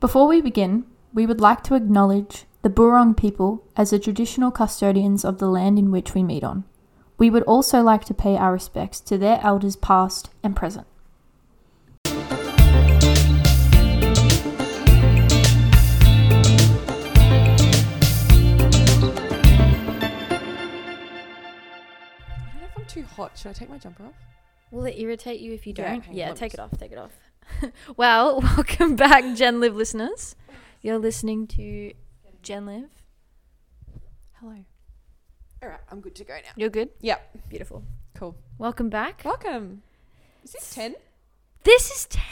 Before we begin, we would like to acknowledge the Burong people as the traditional custodians of the land in which we meet on. We would also like to pay our respects to their elders past and present. I don't know if I'm too hot. Should I take my jumper off? Will it irritate you if you Yeah, don't? hang on, Yeah, let me take it just- off. Take it off. well, welcome back, Gen Live listeners. You're listening to Gen Live. Hello. All right, I'm good to go now. You're good? Yep. Beautiful. Cool. Welcome back. Welcome. Is it 10? This is 10.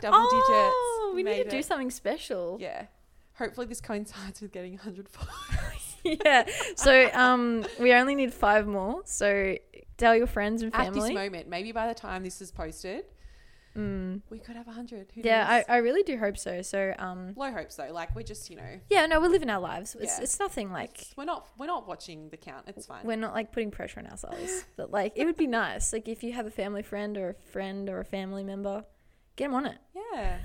double digits. oh, We need Made to do it. something special. Yeah. Hopefully this coincides with getting 100 followers. Yeah. So um, we only need five more. So tell your friends and At this family. moment, maybe by the time this is posted, Mm. we could have 100. Who Yeah, knows? I, I really do hope so. So um, Low hopes though. Like we're just, you know, yeah, no, we're living our lives. It's, Yeah. it's nothing like we're not we're not watching the count. It's fine. we're not like putting pressure on ourselves, but like it would be nice, like if you have a family friend or a friend or a family member, get them on it. yeah.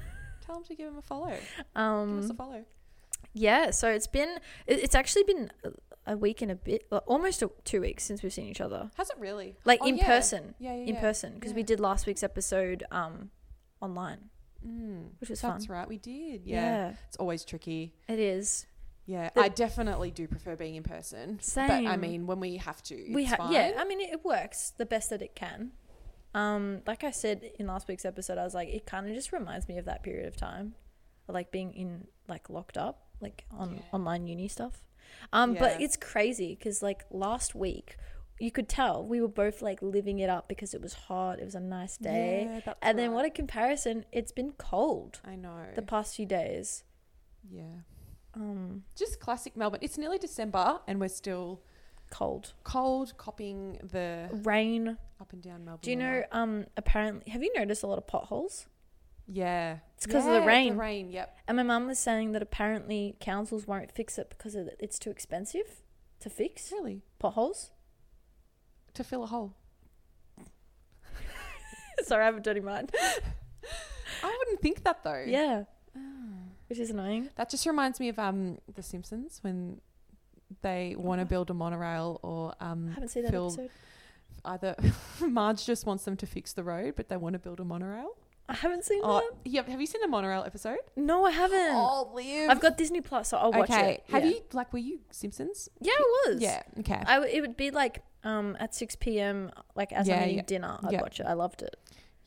Tell them to give him a follow. give us a Um, follow. yeah. So it's been, it- it's actually been a- a week and a bit, well, almost a, two weeks since we've seen each other, Has it really? like Oh, in yeah. person, Yeah, yeah. in yeah. person, because we Yeah. did last week's episode um online, Mm. which was That's fun. right. We did. Yeah. It's always tricky. yeah, it is. Yeah, The- I definitely do prefer being in person. But I Same. mean, when we have to, we it's have fine. yeah i mean it, it works the best that it can um like i said in last week's episode i was like it kind of just reminds me of that period of time like being in like locked up like on online uni stuff um but Yeah. it's crazy because like last week you could tell we were both like living it up because it was hot it was a nice day Yeah, that's and then right. what a comparison it's been cold I know. the past few days yeah. um Just classic Melbourne. It's nearly December and we're still cold cold copying the rain up and down Melbourne. do you know weather. um apparently have you noticed a lot of potholes Yeah. It's 'cause of the Yeah, rain. The rain, yep. And my mum was saying that apparently councils won't fix it because of- it's too expensive to fix Really. potholes. To fill a hole. Sorry, I have a dirty mind. I wouldn't think that though. Yeah, Oh. which is annoying. That just reminds me of um The Simpsons when they Oh. want to build a monorail or um I haven't seen that fill- episode. either Marge just wants them to fix the road, but they want to build a monorail. I haven't seen Oh, that. yeah. Have you seen the monorail episode? No, I haven't. Oh, Liv. I've got Disney Plus, so I'll watch it. Have yeah. you like were you Simpsons? Yeah, I was. Yeah. Okay. I w- it would be like um at six p.m. like as Yeah, I'm eating yeah. dinner, I'd Yeah. watch it. I loved it.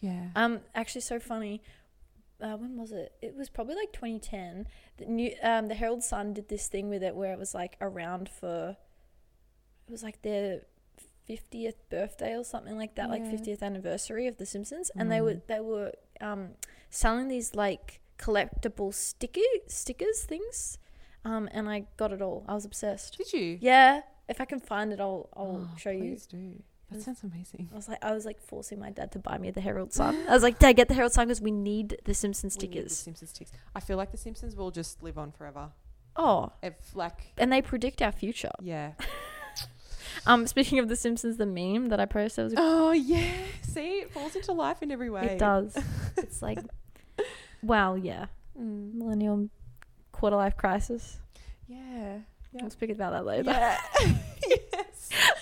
yeah. Um, actually, so funny. Uh, when was it? It was probably like 2010. The new, um, the Herald Sun did this thing with it where it was like around for, it was like their 50th birthday or something like that, like Yeah. Mm. 50th anniversary of The Simpsons, and they were they were um selling these like collectible sticky stickers things, um, and I got it all. I was obsessed. Did you? Yeah, if I can find it, I'll I'll Oh, show you. Please do. That sounds amazing. I was like, I was like forcing my dad to buy me the Herald Sun. I was like, Dad, get the Herald Sun because we need the Simpsons We need the stickers. Simpsons sticks. I feel like the Simpsons will just live on forever. Oh, If like and they predict our future. yeah. Um, speaking of the Simpsons, the meme that I posted was Oh yeah. See, it falls into life in every way. it does. it's like, wow, yeah, Mm. millennial quarter life crisis. Yeah. Yeah. We'll speak about that later. Yeah. yes.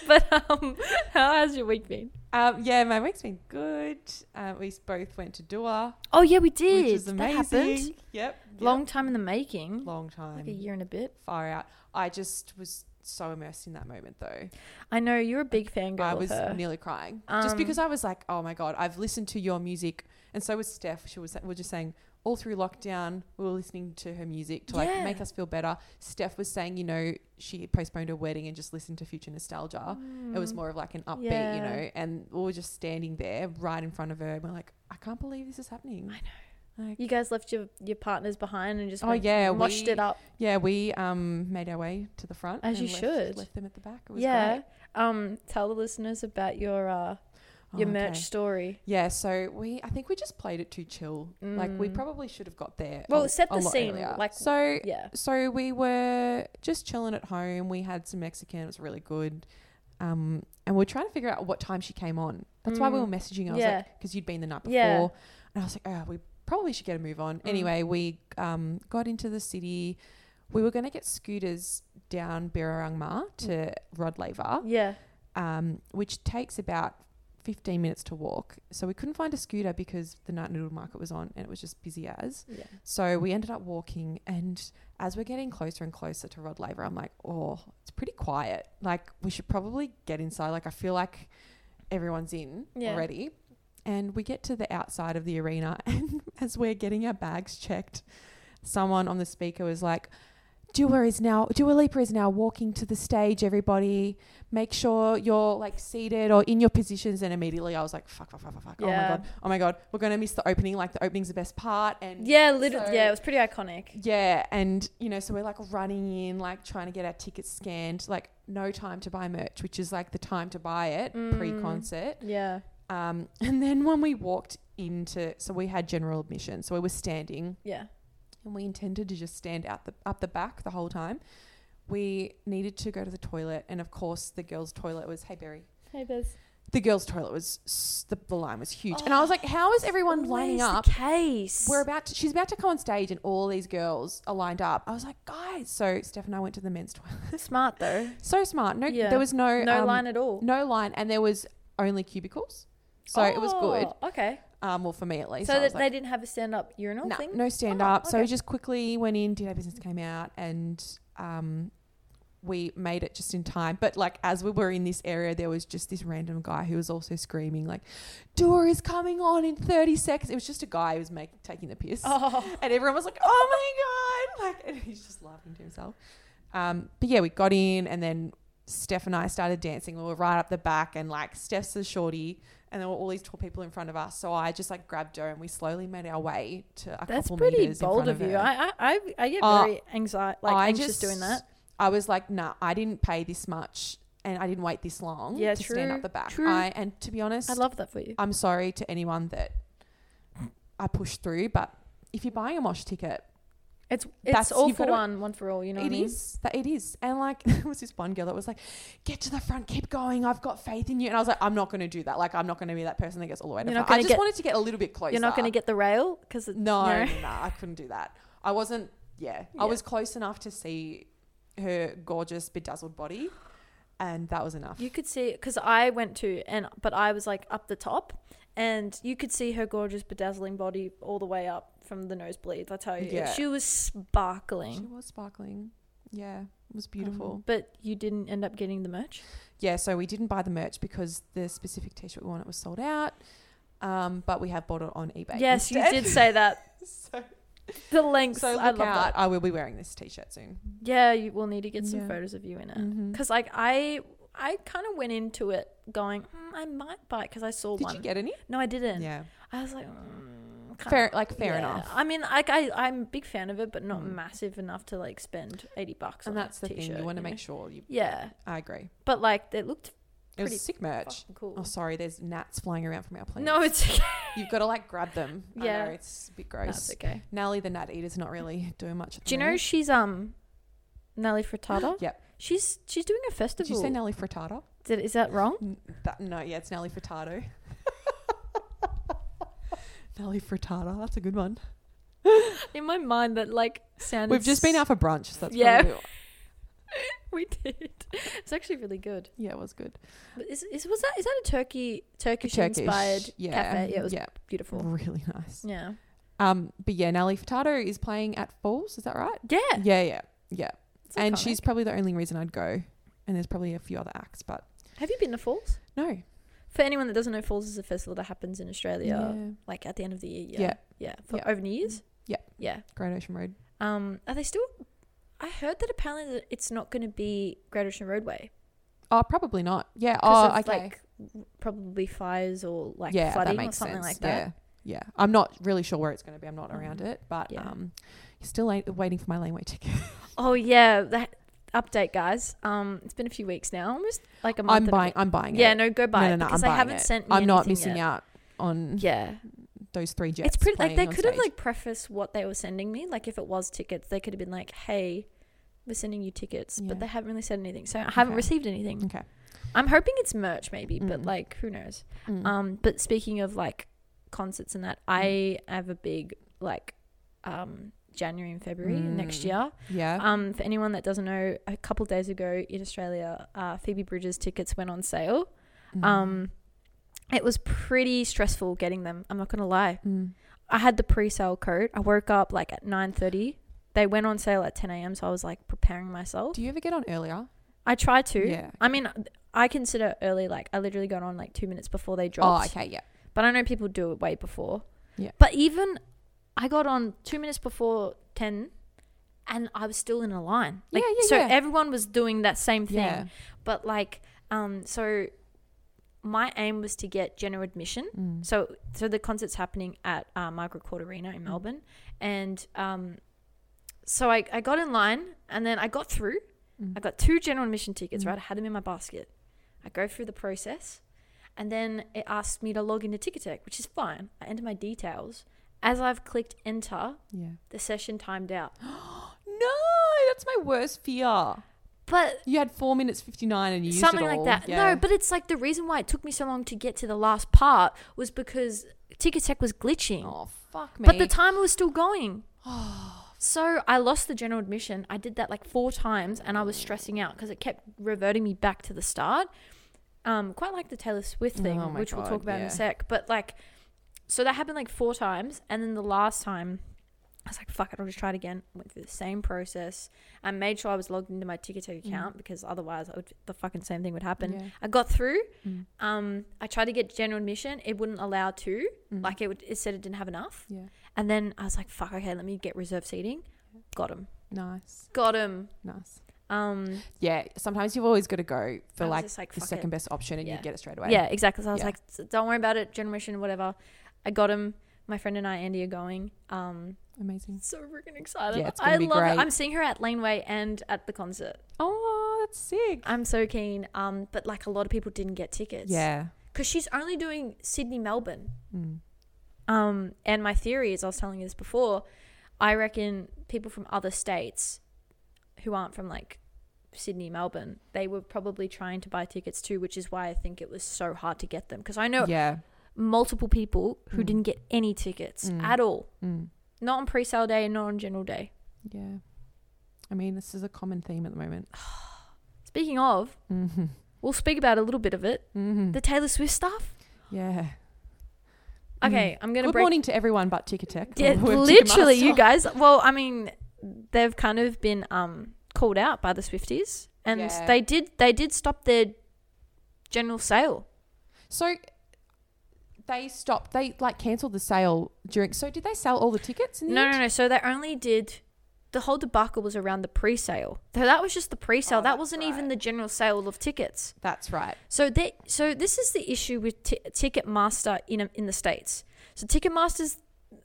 But um, how has your week been? Um, yeah, my week's been good. Um, we both went to Dua, Oh yeah, we did. which is That amazing. happened. Yep, yep. Long time in the making. long Like a time. year and a bit. Far out. I just was so immersed in that moment though. I know you're a big fangirl I of was her. nearly crying just Um, because I was like, "Oh my god, I've listened to your music," and so was Steph. She was we we're just saying all through lockdown we were listening to her music to like Yeah. make us feel better. Steph was saying, you know, she postponed her wedding and just listened to Future Nostalgia. Mm. It was more of like an upbeat, you Yeah. know, and we were just standing there right in front of her, and we're like, "I can't believe this is happening." I know. Like, You guys left your your partners behind and just Oh, went yeah, moshed we- it up. yeah, we um made our way to the front As and you left- should. Left them at the back. It was Yeah. great. Um, tell the listeners about your uh your Oh, merch okay. story. Yeah, so we I think we just played it too chill. Like we Mm. probably should have got there. Well, a- set a the lot scene, earlier. like, so. Yeah. So we were just chilling at home. We had some Mexican. It was really good. Um, and we are trying to figure out what time she came on. That's why we Mm. were messaging. I was Yeah. like, because you'd been the night before, Yeah. Mm. and I was like, oh, we probably should get a move on. Anyway, we um, got into the city. We were going to get scooters down Birrarungma to Rod Laver, Yeah. um, which takes about 15 minutes to walk. So we couldn't find a scooter because the night noodle market was on and it was just busy as. Yeah. So we ended up walking, and as we're getting closer and closer to Rod Laver, I'm like, oh, it's pretty quiet. Like, we should probably get inside. Like, I feel like everyone's in Yeah. already. And we get to the outside of the arena, and as we're getting our bags checked, someone on the speaker was like, Dua is now Dua Lipa is now walking to the stage. Everybody, make sure you're like seated or in your positions. And immediately, I was like, "Fuck, fuck, fuck, fuck, fuck! Oh Yeah. my god! Oh my god! We're gonna miss the opening. Like the opening's the best part." And Yeah, literally. So- yeah, it was pretty iconic. yeah, and you know, so we're like running in, like trying to get our tickets scanned, like no time to buy merch, which is like the time to buy it Mm. pre-concert. Yeah. Um, and then when we walked into, so we had general admission, so we were standing, Yeah. and we intended to just stand out the up the back the whole time. We needed to go to the toilet, and of course, the girls' toilet was, hey Barry, Hey, Bez. the girls' toilet was s- the, the line was huge, and I was like, how is everyone lining up? Oh, The case. we're about to, she's about to come on stage and all these girls are lined up. I was like, guys. So Steph and I went to the men's toilet. smart though. So smart. No, Yeah. there was no No um, line at all. No line, and there was only cubicles. So it was good. Oh, Okay. Um, well for me at least. So I was that they didn't have a stand-up urinal like, thing. no, no stand Oh, up. So we okay. just quickly went in, did our business, came out, and um, we made it just in time. But like as we were in this area, there was just this random guy who was also screaming like, "Dora is coming on in thirty seconds." It was just a guy who was making taking the piss. Oh. And everyone was like, oh my God. Like, and he's just laughing to himself. Um, but yeah, we got in and then Steph and I started dancing. We were right up the back and like Steph's the shorty and there were all these tall people in front of us. So I just like grabbed her and we slowly made our way to a That's couple pretty meters in bold front of you. her. I, I I I get Uh, very anxiety like I anxious just- doing that. I was like, nah, I didn't pay this much and I didn't wait this long Yeah, to stand true, up the back. true. I and to be honest, I love that for you. I'm sorry to anyone that I pushed through, but if you're buying a mosh ticket, It's it's that's- all you've for gotta- one, one for all. You know what It I mean? is that it is and like there was this one girl that was like get to the front keep going i've got faith in you and i was like i'm not going to do that like i'm not going to be that person that gets all the way to You're the not front i gonna just get- wanted to get a little bit closer You're not going to get the rail because no, no. no. i couldn't do that i wasn't yeah, Yeah. i was close enough to see her gorgeous bedazzled body and that was enough You could see because I went to and but I was like up the top, and you could see her gorgeous bedazzling body all the way up from the nosebleeds. I tell you, Yeah. she was she sparkling, was sparkling yeah it was beautiful Um, but you didn't end up getting the merch. yeah so we didn't buy the merch because the specific t-shirt we wanted was sold out um, but we have bought it on ebay yes, you instead. did say that. so The lengths, So I love look out. that. I will be wearing this t-shirt soon. Yeah, you will need to get some Yeah. photos of you in it Mhm. because like I. I kind of went into it going, mm, I might buy it because I saw Did one. you get any? no, I didn't. Yeah. I was like, mm, kinda- Fair, like fair Yeah. enough. I mean, like I, I'm a big fan of it, but not Mm. massive enough to like spend eighty bucks. and on a that's the thing. t-shirt, You want to know? make sure you. Yeah, I agree. but like they looked It was Pretty sick merch. fucking cool. Oh, sorry. There's gnats flying around from our plane. no, it's okay. you've got to like grab them. Yeah. I know, it's a bit gross. that's okay. Nally the gnat eater's not really doing much. At the Do you know moment. she's um Nelly Frittata? Yep. She's she's doing a Did festival. you say Nelly frittata? Did, is that wrong? N- That, no, yeah, it's Nelly frittata. Nelly frittata. That's a good one. In my mind, that like sounded. We've just been s- out for brunch. So that's Yeah. probably- We did. It's actually really good. yeah, it was good. But is, is was that is that a turkey Turkish, Turkish, inspired yeah, cafe? Yeah, it was yeah. Mm. beautiful. Really nice. Yeah. Um, but yeah, Nelly Furtado is playing at Falls. Is that right? Yeah. Yeah, yeah, yeah. it's eh? And iconic. she's probably the only reason I'd go. And there's probably a few other acts, but Have you been to Falls? no. For anyone that doesn't know, Falls is a festival that happens in Australia, like at the end of the year. Yeah, Yeah. yeah, for Yeah. Mm. over New Year's. Yeah. yeah. Great Ocean Road. Um, are they still? I heard that apparently that it's not going to be Great Ocean Roadway Oh, probably not. Yeah. because Oh, of okay. like probably fires or like yeah, flooding that or makes something sense. like that. Yeah, yeah. I'm not really sure where it's going to be. I'm not around Mhm. it, but Yeah. um, still a- waiting for my laneway ticket. Oh yeah, that update, guys. Um, it's been a few weeks now, almost like a month. I'm and a buying. bit. I'm buying yeah, it. no, go buy no, it no, I'm because they buying haven't it. sent. Me I'm not anything missing yet. out on Yeah, those three jets. it's pretty like they playing on could have stage. like prefaced what they were sending me like if it was tickets they could have been like hey we're sending you tickets but Yeah. they haven't really said anything so i haven't Okay. received anything Okay. i'm hoping it's merch maybe but Mm. like uh, who knows Mm. um but speaking of like concerts and that, I have a big like um, January and February next Mm. year. Yeah. Um, for anyone that doesn't know, a couple days ago in Australia, uh, Phoebe Bridges tickets went on sale. Mm. Um, it was pretty stressful getting them. I'm not gonna lie. Mm. I had the pre-sale code. I woke up like at 9:30. They went on sale at 10 a.m. So I was like preparing myself. Do you ever get on earlier? I try to. Yeah. I mean, uh, I consider early. Like I literally got on like two minutes before they dropped. Oh, okay. Yeah. But I know people do it way before. Yeah. But even I got on two minutes before 10 and I was still in a line. Like, Yeah, yeah, so yeah. everyone was doing that same thing. Yeah. But like, um, so my aim was to get general admission. Mm. So, so the concert's happening at uh, Margaret Court Arena in Melbourne, and um, so I, I got in line, and then I got through. Mm. I got two general admission tickets. Mm. Right, I had them in my basket. I go through the process, and then it asked me to log into Ticketek, which is fine. I enter my details. As I've clicked enter, Yeah. the session timed out. No, that's my worst fear. But You had four minutes fifty nine and you used something it like all. that. Yeah. No, but it's like the reason why it took me so long to get to the last part was because Ticketek was glitching. oh fuck me. Oh. But the timer was still going. so I lost the general admission. I did that like four times and I was stressing out because it kept reverting me back to the start. Um, quite like the Taylor Swift thing, Oh my which we'll God, talk about in yeah. a sec. But like, so that happened like four times. And then the last time, I was like, fuck it, I'll just try it again. Went through the same process. I made sure I was logged into my Ticketek account because otherwise I would, the fucking same thing would happen. Mm. Yeah. I got through. Mm. Um, I tried to get general admission. It wouldn't allow to. Mm. Like it, would, it said it didn't have enough. yeah. And then I was like, fuck, okay, let me get reserved seating. Got him. Nice. Got him. Nice. Um, Yeah. Sometimes you've always got to go I for was like just like, the fuck second it. best option and Yeah. you get it straight away. Yeah, exactly. So I was Yeah. like, "S- don't worry about it, generation, whatever. I got him. My friend and I, Andy, are going. Um, Amazing. so freaking excited. Yeah, it's gonna I be love great. it. I'm seeing her at Laneway and at the concert. Oh, that's sick. I'm so keen. Um, but like a lot of people didn't get tickets. yeah. Because she's only doing Sydney, Melbourne. Mm. Um, and my theory is, I was telling you this before, I reckon people from other states who aren't from like Sydney, Melbourne, they were probably trying to buy tickets too, which is why I think it was so hard to get them. Because I know Yeah. multiple people who Mm. didn't get any tickets Mm. at all, Mm. not on pre sale day and not on general day. Yeah. I mean, this is a common theme at the moment. Speaking of, Mm-hmm. we'll speak about a little bit of it Mm-hmm. the Taylor Swift stuff. yeah. Okay, I'm going to Mm. Good break. morning to everyone but Ticketek. Yeah, literally, you guys. Well, I mean, they've kind of been um, called out by the Swifties, and Yeah. they did they did stop their general sale. So they stopped. They like cancelled the sale during. So did they sell all the tickets? In the No, end? no, no. So they only did the whole debacle was around the pre-sale. So that was just the pre-sale. Oh, that that's wasn't even right. the general sale of tickets. That's right. So they so this is the issue with t- Ticketmaster in in the states. So Ticketmaster's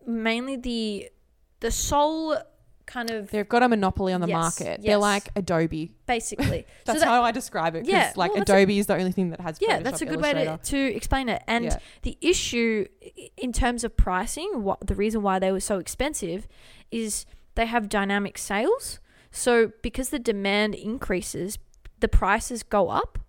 mainly the the sole kind of They've got a monopoly on the Yes, market. They're yes. like Adobe. basically. That's so that- how I describe it. Yeah, Because like well, that's a- Adobe is the only thing that has. yeah, Photoshop, that's a good way to, Illustrator. to explain it. And Yeah. the issue i- in terms of pricing, what the reason why they were so expensive is they have dynamic sales. So because the demand increases, the prices go up.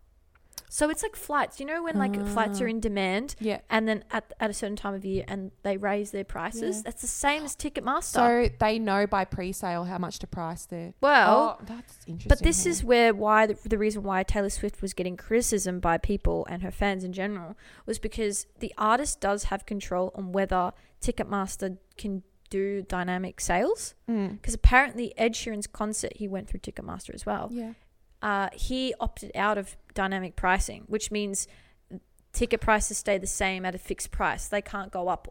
So it's like flights. You know when like flights Ah. are in demand Yeah. and then at, at a certain time of year and they raise their prices. Yeah. That's the same as Ticketmaster. So they know by pre-sale how much to price their. well, oh, that's interesting. but this yeah. is where why the, the reason why Taylor Swift was getting criticism by people and her fans in general was because the artist does have control on whether Ticketmaster can do dynamic sales Mm. because apparently Ed Sheeran's concert he went through Ticketmaster as well. Yeah. Uh, he opted out of dynamic pricing, which means ticket prices stay the same at a fixed price. They can't go up.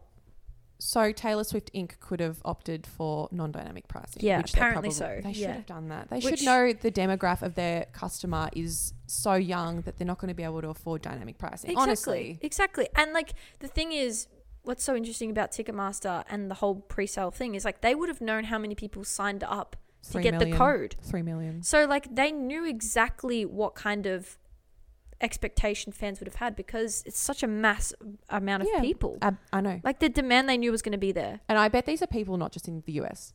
So Taylor Swift Inc. could have opted for non-dynamic pricing. Yeah, which they apparently probably- so, They should yeah. have done that. They Which- should know the demographic of their customer is so young that they're not going to be able to afford dynamic pricing. Honestly, exactly. And like the thing is, what's so interesting about Ticketmaster and the whole pre-sale thing is like they would have known how many people signed up to Three get the million. code. three million. So like they knew exactly what kind of expectation fans would have had because it's such a mass amount of Yeah. people. I, I know, Like the demand they knew was going to be there. and I bet these are people not just in the US.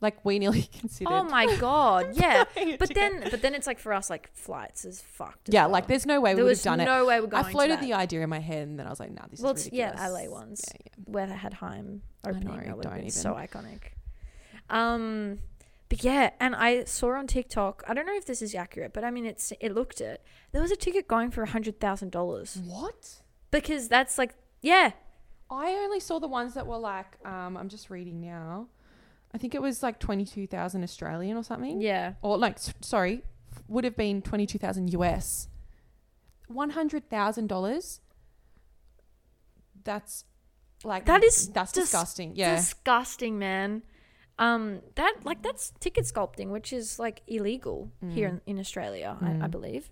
Like we nearly considered. Oh my god, yeah. Flying But to then, but then it's like for us, like flights is fucked. as yeah, well. like there's no way we there would was have done it. no way we're going. I floated to the idea in my head, and then I was like, "Nah, this Well, is it's- yeah, ridiculous." LA ones. Yeah, yeah. where they had Heim opening. know, that would have don't been so iconic. Um, but yeah, and I saw on TikTok. I don't know if this is accurate, but I mean, it's it looked it. There was a ticket going for a hundred thousand Mm. dollars What? because that's like yeah, I only saw the ones that were like, um, I'm just reading now. I think it was like 22,000 Australian or something. yeah. Or like, s- sorry, would have been 22,000 US. $100,000. That's like, That is that's dis- disgusting. Yeah. Disgusting, man. Um, that like that's ticket sculpting, which is like illegal Mm. here in, in Australia, I, I believe.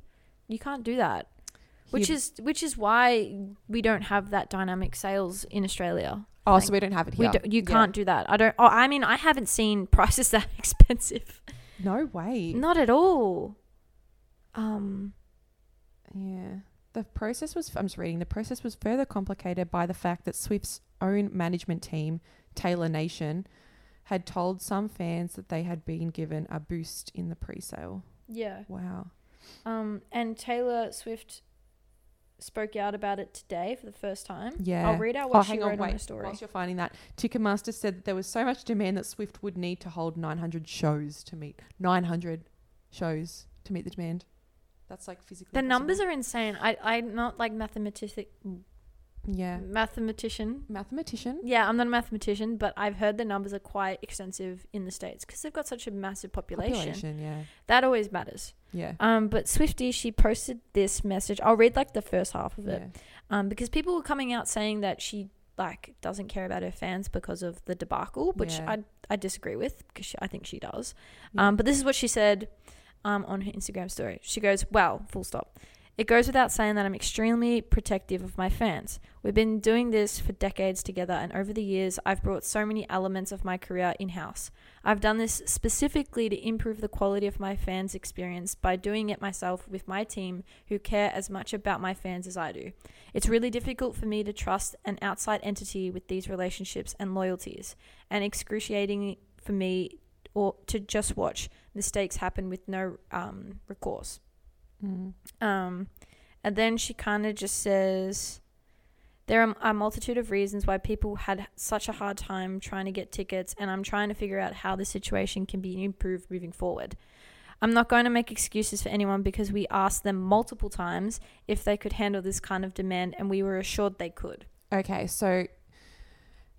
You can't do that, which Here- is which is why we don't have that dynamic sales in Australia. oh, so we don't have it We here. do, you Yeah. can't do that. I don't. Oh, I mean, I haven't seen prices that expensive. No way. Not at all. Um. Yeah. The process was, I'm just reading, the process was further complicated by the fact that Swift's own management team, Taylor Nation, had told some fans that they had been given a boost in the pre sale. Yeah. Wow. Um. And Taylor Swift spoke out about it today for the first time. Yeah. Oh, I'll read out what she wrote Oh, on wait. her story. Whilst you're finding that, Ticketmaster said that there was so much demand that Swift would need to hold 900 shows to meet 900 shows to meet the demand. That's like physically. The impossible. numbers are insane. I I'm not like mathematic Yeah. mathematician. Mathematician. Yeah, I'm not a mathematician, but I've heard the numbers are quite extensive in the states because they've got such a massive population. Population. Yeah. That always matters. Yeah. Um, but Swifty, she posted this message. I'll read like the first half of it. yeah. Um, because people were coming out saying that she like doesn't care about her fans because of the debacle, which Yeah. I I disagree with because she, I think she does. Yeah. Um, but this is what she said um, on her Instagram story. She goes, "Wow, full stop. It goes without saying that I'm extremely protective of my fans. We've been doing this for decades together, and over the years, I've brought so many elements of my career in house. I've done this specifically to improve the quality of my fans' experience by doing it myself with my team, who care as much about my fans as I do. It's really difficult for me to trust an outside entity with these relationships and loyalties, and excruciating for me or to just watch mistakes happen with no um, recourse. Mm. Um, and then she kind of just says, There are a multitude of reasons why people had such a hard time trying to get tickets, and I'm trying to figure out how the situation can be improved moving forward. I'm not going to make excuses for anyone because we asked them multiple times if they could handle this kind of demand, and we were assured they could. Okay, so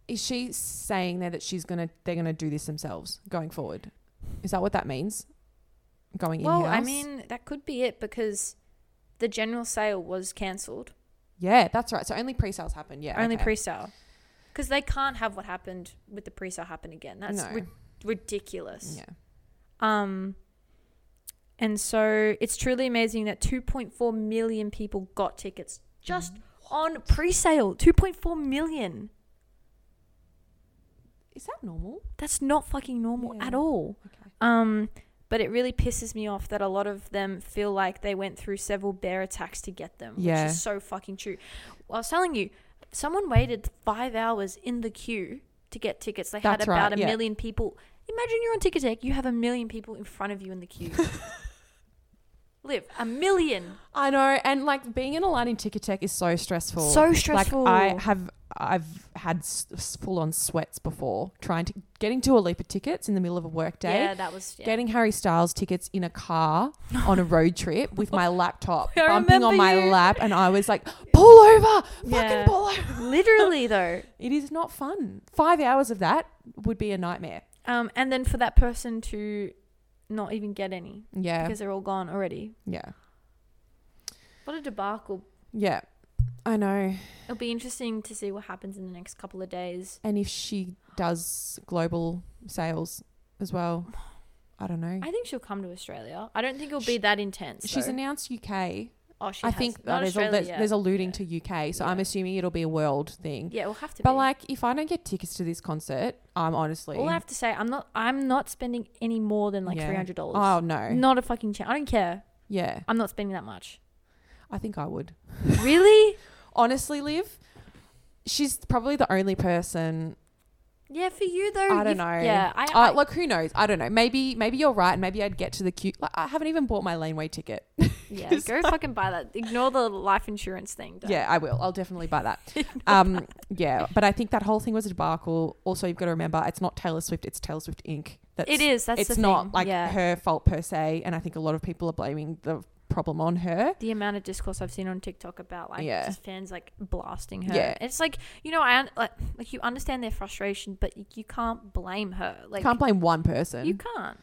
is she saying there that she's gonna they're gonna do this themselves going forward? Is that what that means? Going Well, in house. I mean, that could be it because the general sale was cancelled, yeah, that's right. So only pre-sales happen. Yeah, only okay. pre sale. Because they can't have what happened with the pre sale happen again. That's No. ri- ridiculous. Yeah, Um, and so it's truly amazing that 2.4 million people got tickets just on pre-sale. 2.4 million. is that normal? That's not fucking normal Yeah. at all. Okay. Um, but it really pisses me off that a lot of them feel like they went through several bear attacks to get them, Yeah. which is so fucking true. I was telling you, someone waited five hours in the queue to get tickets. They That's had about right, a yeah. million people. Imagine you're on Ticketek, you have a million people in front of you in the queue. Live a million. I know, and like being in a line in ticket tech is so stressful. So stressful. Like I have, I've had s- full-on sweats before trying to getting to a leap of tickets in the middle of a workday. Yeah, that was yeah. getting Harry Styles tickets in a car on a road trip with my laptop I bumping on remember my you. lap, and I was like, "Pull over, Yeah. fucking pull over." literally though. It is not fun. Five hours of that would be a nightmare. Um, and then for that person to not even get any Yeah, because they're all gone already. yeah, What a debacle. yeah. I know. It'll be interesting to see what happens in the next couple of days. And if she does global sales as well, I don't know. I think she'll come to Australia. I don't think it'll be that intense. Mm. She's though. announced UK. Oh, she I has. think uh, Not there's, a, Australia there's, yet. there's alluding to UK, so I'm Yeah. assuming it'll be a world thing. Yeah, we'll have to. But be. like, if I don't get tickets to this concert, I'm honestly all I have to say, I'm not. I'm not spending any more than like Yeah. three hundred dollars. Oh no. Not a fucking chance. I don't care. Yeah. I'm not spending that much. I think I would. really? Honestly, Liv, she's probably the only person Yeah, for you though. I don't you've- know. Yeah, I, Uh, I look, who knows? I don't know. Maybe, maybe you're right, and maybe I'd get to the queue. Like, I haven't even bought my laneway ticket. yeah. It's Go fucking buy that. Ignore the life insurance thing. Though. Yeah, I will. I'll definitely buy that. um, yeah, but I think that whole thing was a debacle. Also, you've got to remember it's not Taylor Swift; it's Taylor Swift Inc. That's it is. That's it's the not thing. like yeah. her fault per se, and I think a lot of people are blaming the problem on her. the amount of discourse I've seen on TikTok about like Yeah. just fans like blasting her. Yeah. It's like you know I un- like like you understand their frustration, but you, you can't blame her. Like can't blame one person. you can't.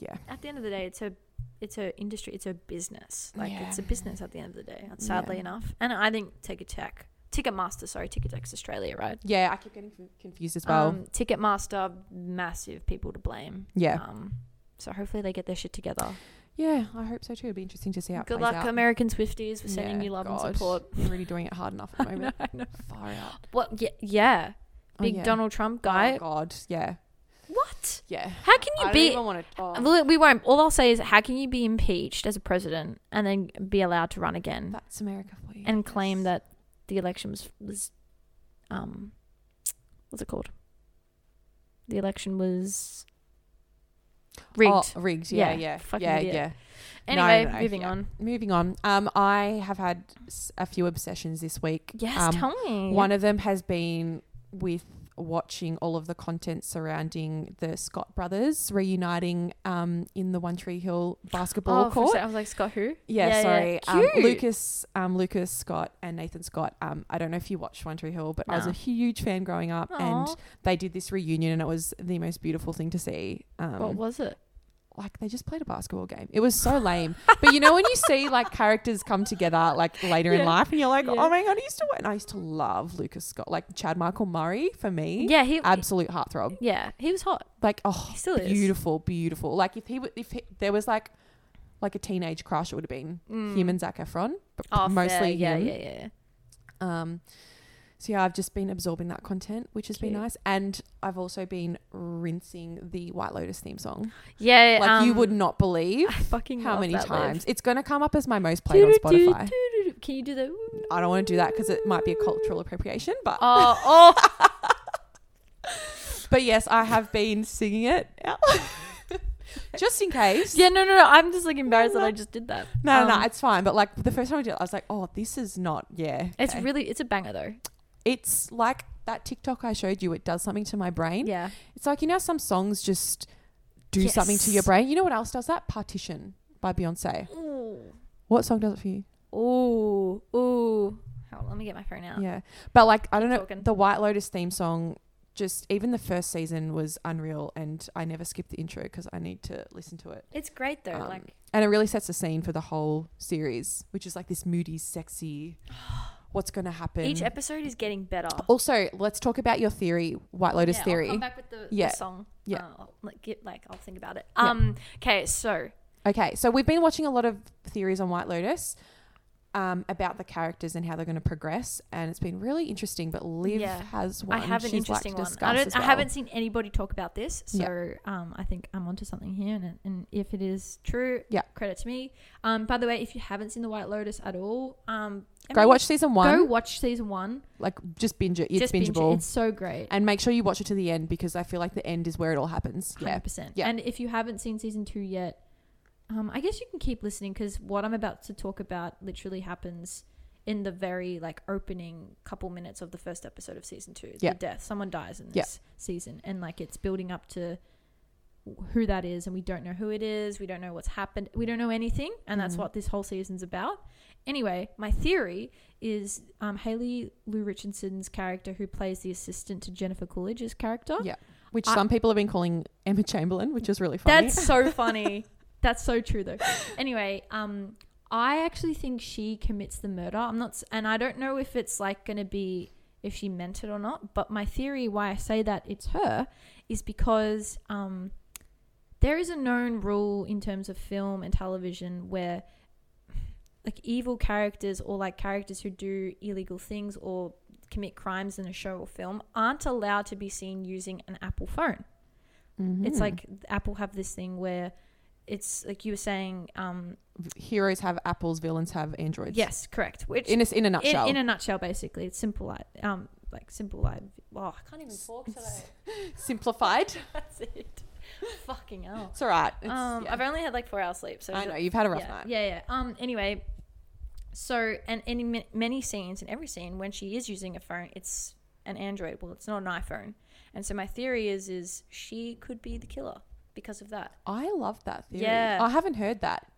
yeah, At the end of the day, it's her it's her industry. It's her business. Like Yeah. it's a business at the end of the day. Sadly enough, and I think Ticketek, Ticketmaster, sorry, Ticketek's Australia, right? yeah. I keep getting con- confused as well. um, Ticketmaster, massive people to blame. yeah, Um, so hopefully they get their shit together. yeah. I hope so too. It'd be interesting to see how. It Good plays luck, out. American Swifties, for sending Yeah, you love God. and support. You're really doing it hard enough at the moment. I know. Far out. What? Yeah, yeah. Oh, big yeah. Donald Trump Oh, guy. God. Yeah. what? Yeah. How can I you don't be? even want to. Oh, Well, We won't. All I'll say is, how can you be impeached as a president and then be allowed to run again that's America for you. and claim that the election was, was um, what's it called? The election was rigged. Oh, rigged. Yeah. Yeah, Yeah. fucking yeah. idiot. Yeah. no, anyway, no, moving yeah. on. Moving on. Um, I have had s- a few obsessions this week. Yes, Um, tell me. One of them has been with watching all of the content surrounding the Scott brothers reuniting um, in the One Tree Hill basketball oh, for a court. sec, I was like Scott, who? Yeah, sorry. Um, Cute. Lucas, um, Lucas Scott, and Nathan Scott. Um, I don't know if you watched One Tree Hill, but I was No. a huge fan growing up, Aw. and they did this reunion, and it was the most beautiful thing to see. Um, what was it? like they just played a basketball game. It was so lame. but you know when you see like characters come together like later in Yeah. life, and you're like, Yeah. oh my god, I used to. And I used to love Lucas Scott, like Chad Michael Murray for me. Yeah, he. absolute heartthrob. yeah, he was hot. Like oh, He still is. beautiful, beautiful. Like if he would, if he, there was like. Like a teenage crush, it would have been him and Zac Efron, but Mm. Oh, fair. mostly yeah, him. yeah, yeah. Um, so yeah, I've just been absorbing that content, which has been Cute. nice, and I've also been rinsing the White Lotus theme song. Yeah, Like you would um, not believe I fucking how love many that live. times it's going to come up as my most played on Spotify. Can you do the? I don't want to do that because it might be a cultural appropriation, but Oh, oh! but yes, I have been singing it out. just in case. yeah, no, no, no. I'm just like embarrassed that I just did that. No, no, Um, no, it's fine. But like the first time I did it, I was like, oh, this is not. Yeah, It's okay. really, it's a banger though. it's like that TikTok I showed you. It does something to my brain. Yeah. It's like you know how some songs just do something to your Yes. brain. You know what else does that? Partition by Beyonce. Ooh, What song does it for you? ooh, ooh. Hold on, let me get my phone out. Yeah. But like I don't know Ah. talking. the White Lotus theme song just even the first season was unreal and I never skipped the intro cuz I need to listen to it. It's great though. Um, like, And it really sets the scene for the whole series, which is like this moody, sexy what's going to happen. each episode is getting better. also, let's talk about your theory, White Lotus yeah, theory. I'll come back with the, the Yeah. song. Yeah. Uh, I'll, like, get, like, I'll think about it. Yeah. Um. Okay, so Okay, so we've been watching a lot of theories on White Lotus um, about the characters and how they're going to progress, and it's been really interesting. But Liv Yeah. has one. I have an she'd like to interesting one. discuss I, as don't, I well. haven't seen anybody talk about this, so Yeah. um, I think I'm onto something here. And, and if it is true, Yeah. credit to me. Um, by the way, if you haven't seen The White Lotus at all, um, Go Emily, watch season one. Go watch season one. Like just binge it. It's Just binge it. bingeable, It's so great. and make sure you watch it to the end because I feel like the end is where it all happens. Yeah, 100%. Yeah. And if you haven't seen season two yet, um, I guess you can keep listening because what I'm about to talk about literally happens in the very like opening couple minutes of the first episode of season two. Yeah. The death. Someone dies in Yeah. this season, and like it's building up to who that is, and we don't know who it is. We don't know what's happened. We don't know anything, and that's Mhm. what this whole season's about. Anyway, my theory is um, Haley Lou Richardson's character, who plays the assistant to Jennifer Coolidge's character. Yeah. which I- some people have been calling Emma Chamberlain, which is really funny. That's so funny. That's so true though. Anyway, um I actually think she commits the murder. I'm not s- and I don't know if it's like going to be if she meant it or not, but my theory why I say that it's her is because um there is a known rule in terms of film and television where like evil characters or like characters who do illegal things or commit crimes in a show or film aren't allowed to be seen using an Apple phone. It's Mhm. like Apple have this thing where it's like you were saying. Um, heroes have apples, villains have androids. yes, correct. Which in a, in a in, nutshell. in a nutshell, basically, it's simple. like, Um, like simple life. Wow, I can't even talk today. Simplified. That's it. Fucking hell. It's all right. It's, Um, yeah. I've only had like four hours sleep, so I know you've had a rough yeah, night. Yeah, yeah. Um. Anyway, so and, and in ma- many scenes, in every scene, when she is using a phone, it's an Android. Well, it's not an iPhone. And so my theory is, is she could be the killer because of that. I love that theory. Yeah. Mm. I haven't heard that.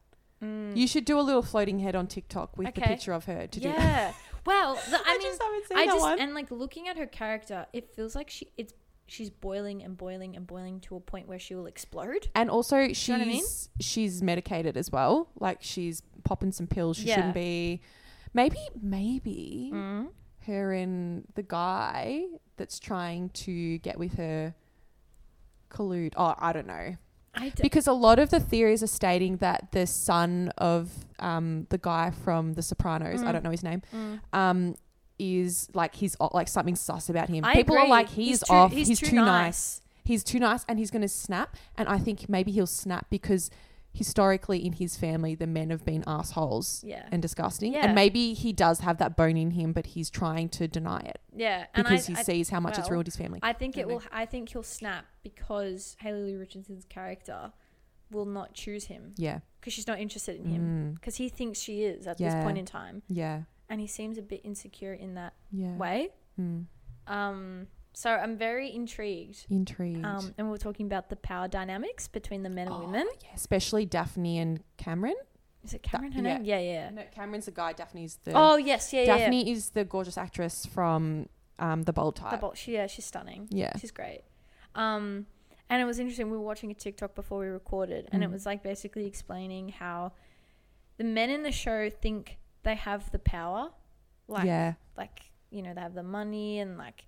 You should do a little floating head on TikTok with the Okay. picture of her to do that. yeah. well, the, I, I mean, just haven't seen I that just one. and like looking at her character, it feels like she it's she's boiling and boiling and boiling to a point where she will explode. And also, she's know what I mean? she's medicated as well. Like she's popping some pills she Yeah. Mm. shouldn't be. Maybe, maybe her and the guy that's trying to get with her collude. Oh, I don't know. I d- Because a lot of the theories are stating that the son of um, the guy from The Sopranos, Mm. I don't know his name, um, is like he's o- like something sus about him. I People are agree. like he's, off. He's, too, nice. nice. He's too nice, and he's going to snap. And I think maybe he'll snap because historically in his family the men have been assholes Yeah. and disgusting. Yeah. And maybe he does have that bone in him, but he's trying to deny it Yeah, and I- because he I- sees how much it's well, ruined his family. I think I it don't will. I think he'll snap because Haley Lee Richardson's character will not choose him yeah, because she's not interested in him because he thinks she is at this Mm. Yeah. point in time, yeah, and he seems a bit insecure in that yeah. way. Mm. Um, so I'm very intrigued. Intrigued. Um, and we are talking about the power dynamics between the men and Oh, women. yeah, especially Daphne and Cameron. Is it Cameron? Her yeah. name? Yeah, yeah. Uh, No, Cameron's the guy. Daphne's the. Oh yes, yeah, yeah, yeah. Daphne is the gorgeous actress from um, the Bold Type. The bol- she, yeah, she's stunning. yeah. She's great. Um, and it was interesting. We were watching a TikTok before we recorded, and Mm. it was like basically explaining how the men in the show think they have the power, like yeah. like you know they have the money and like.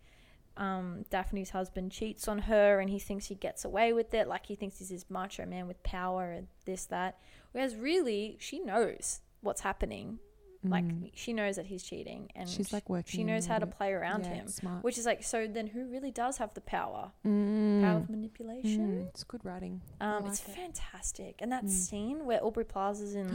Um, Daphne's husband cheats on her and he thinks he gets away with it. Like he thinks he's this macho man with power and this, that. Whereas really, she knows what's happening. Like she knows that he's cheating and Mm. She's, she- like, working she him knows a how to little bit. play around Yeah, him. smart. Which is like, so then who really does have the power? Power Mm. of manipulation. Mm, It's good writing. I Um, it's like it. fantastic. And that scene where Aubrey Plaza's in,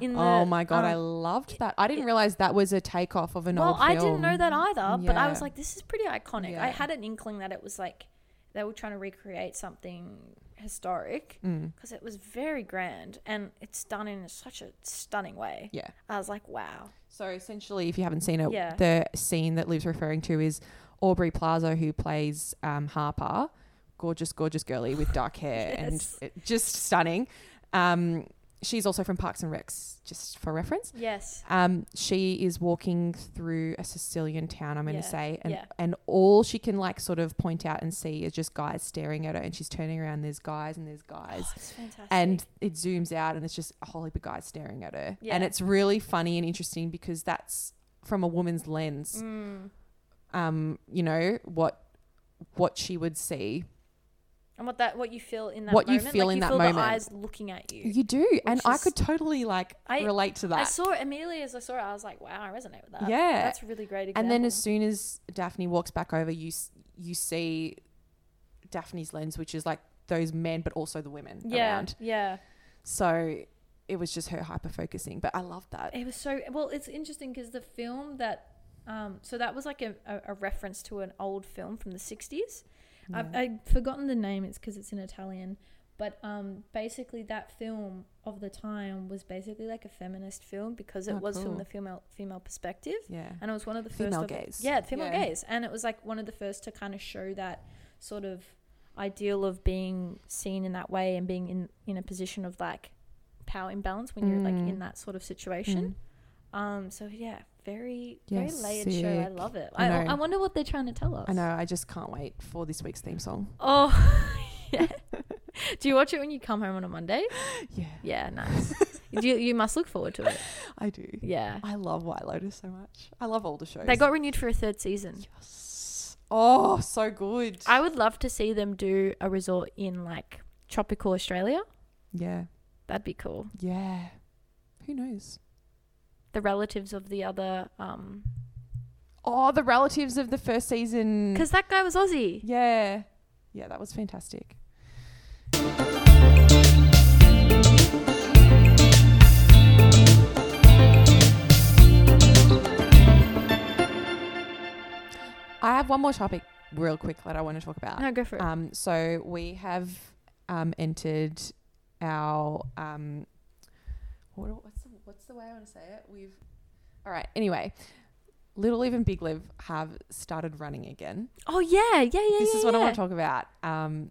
in the. oh my god, I um, loved that. I didn't realize that was a takeoff of an well, old film. I didn't know that either, but I was Yeah. like, this is pretty iconic. I Yeah. had an inkling that it was like they were trying to recreate something historic Mm. because it was very grand and it's done in such a stunning way. Yeah. I was like, wow. So essentially, if you haven't seen it, Yeah. the scene that Liv's referring to is Aubrey Plaza, who plays um, Harper, gorgeous, gorgeous girly with dark hair Yes. and it, just stunning. Um, she's also from Parks and Recs, just for reference. Yes. Um, she is walking through a Sicilian town, I'm going Yeah, to say, and yeah. and all she can like sort of point out and see is just guys staring at her, and she's turning around. There's guys and there's guys, It's fantastic. and it zooms out and it's just a whole heap of guys staring at her, Yeah. and it's really funny and interesting because that's from a woman's lens, Mm. um, you know what what she would see. And what that what you feel in that What you moment, feel like in you that feel the moment. eyes looking at you. You do, and I is- could totally like I- relate to that. I saw it immediately as I saw it. I was like, wow, I resonate with that. Yeah. that's a really great example. And then as soon as Daphne walks back over, you s- you see Daphne's lens, which is like those men, but also the women yeah, around. yeah, So it was just her hyper focusing. But I love that. it was so well. It's interesting because the film that, um, so that was like a, a, a reference to an old film from the sixties. I've, I've forgotten the name. It's because it's in Italian, but um, basically that film of the time was basically like a feminist film because it Oh, was cool. from the female female perspective. Yeah. and it was one of the first Female of the- gaze. yeah, female Yeah. gaze, and it was like one of the first to kind of show that sort of ideal of being seen in that way and being in in a position of like power imbalance when you're Mm. like in that sort of situation. Um, so yeah, very very Yeah, layered show. I sick. love it. I I, I, know. wonder what they're trying to tell us. I know. I just can't wait for this week's theme song. Oh, yeah. Do you watch it when you come home on a Monday? Yeah, Yeah, nice. you you must look forward to it. I do. Yeah, I love White Lotus so much. I love older shows. they got renewed for a third season. Yes. Oh, so good. I would love to see them do a resort in like tropical Australia. yeah, That'd be cool. yeah. Who knows? The relatives of the other, um, Oh, the relatives of the first season. because that guy was Aussie. Yeah. Yeah, that was fantastic. I have one more topic real quick that I want to talk about. No, go for it. Um, so we have um, entered our um, what, what's the, what's the way I want to say it? We've all right. Anyway, Little Live and Big Live have started running again. oh yeah, yeah, yeah. this yeah, is what I yeah. want to talk about. Um,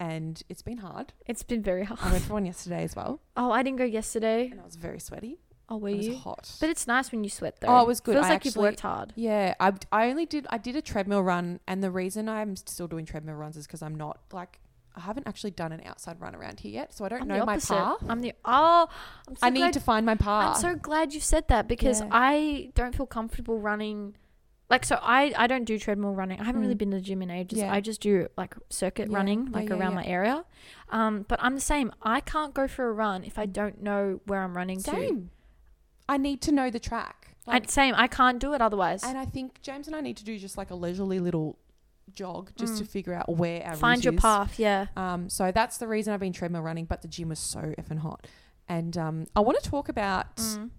and it's been hard. It's been very I hard. went for one yesterday as well, Oh, I didn't go yesterday. and I was very sweaty. Oh, were It was you? hot. But it's nice when you sweat though. Oh, it was good. Feels I like actually- you've worked hard. Yeah, I, I only did I did a treadmill run, and the reason I'm still doing treadmill runs is because I'm not like I haven't actually done an outside run around here yet, so I don't I'm the know my opposite. path. I'm the oh. I'm so I need glad, to find my path. I'm so glad you said that because Yeah. I don't feel comfortable running. Like so, I I don't do treadmill running. I haven't really Mm. been to the gym in ages. Yeah. I just do like circuit Yeah. running, Yeah, like yeah, around yeah. my area. Um, but I'm the same. I can't go for a run if I don't know where I'm running to. Mm. Same. I need to know the track. And Like, same. I can't do it otherwise. and I think James and I need to do just like a leisurely little jog just to Mm. figure out where our Find route your is. path. Yeah. Um, so that's the reason I've been treadmill running, but the gym was so effing hot. And um, I want to talk about Mm.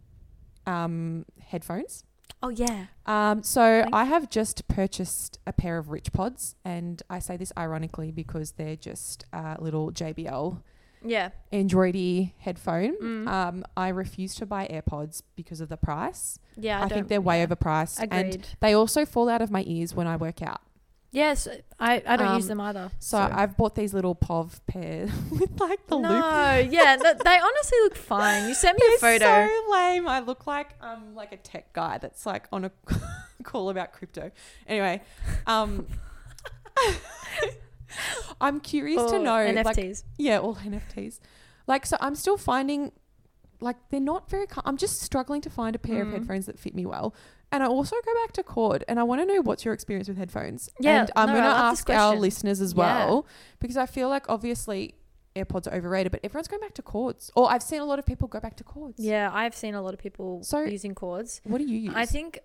um, headphones. Oh yeah. Um, so Thank I have just purchased a pair of Rich Pods, and I say this ironically because they're just uh, little JBL Yeah. Androidy headphone. Mm. Um, I refuse to buy AirPods because of the price. Yeah. I, don't- think they're way yeah. overpriced, and Agreed. they also fall out of my ears when I work out. Yes, I, I don't use Um, them either. So I've bought these little POV pair with like the no, loop. yeah, th- they honestly look fine. You sent me a They're photo. so lame. I look like um like a tech guy that's like on a call about crypto. Anyway, um, I'm curious to Or know like NFTs. yeah, all NFTs. Like so, I'm still finding like they're not very. Com- I'm just struggling to find a pair of Mm. headphones that fit me well. And I also go back to cord, and I want to know what's your experience with headphones. Yeah, and I'm no, I gonna love this ask our question. listeners as Yeah. well because I feel like obviously. AirPods are overrated, but everyone's going back to cords. Or I've seen a lot of people go back to cords. yeah, I've seen a lot of people So- using cords. What do you use? I think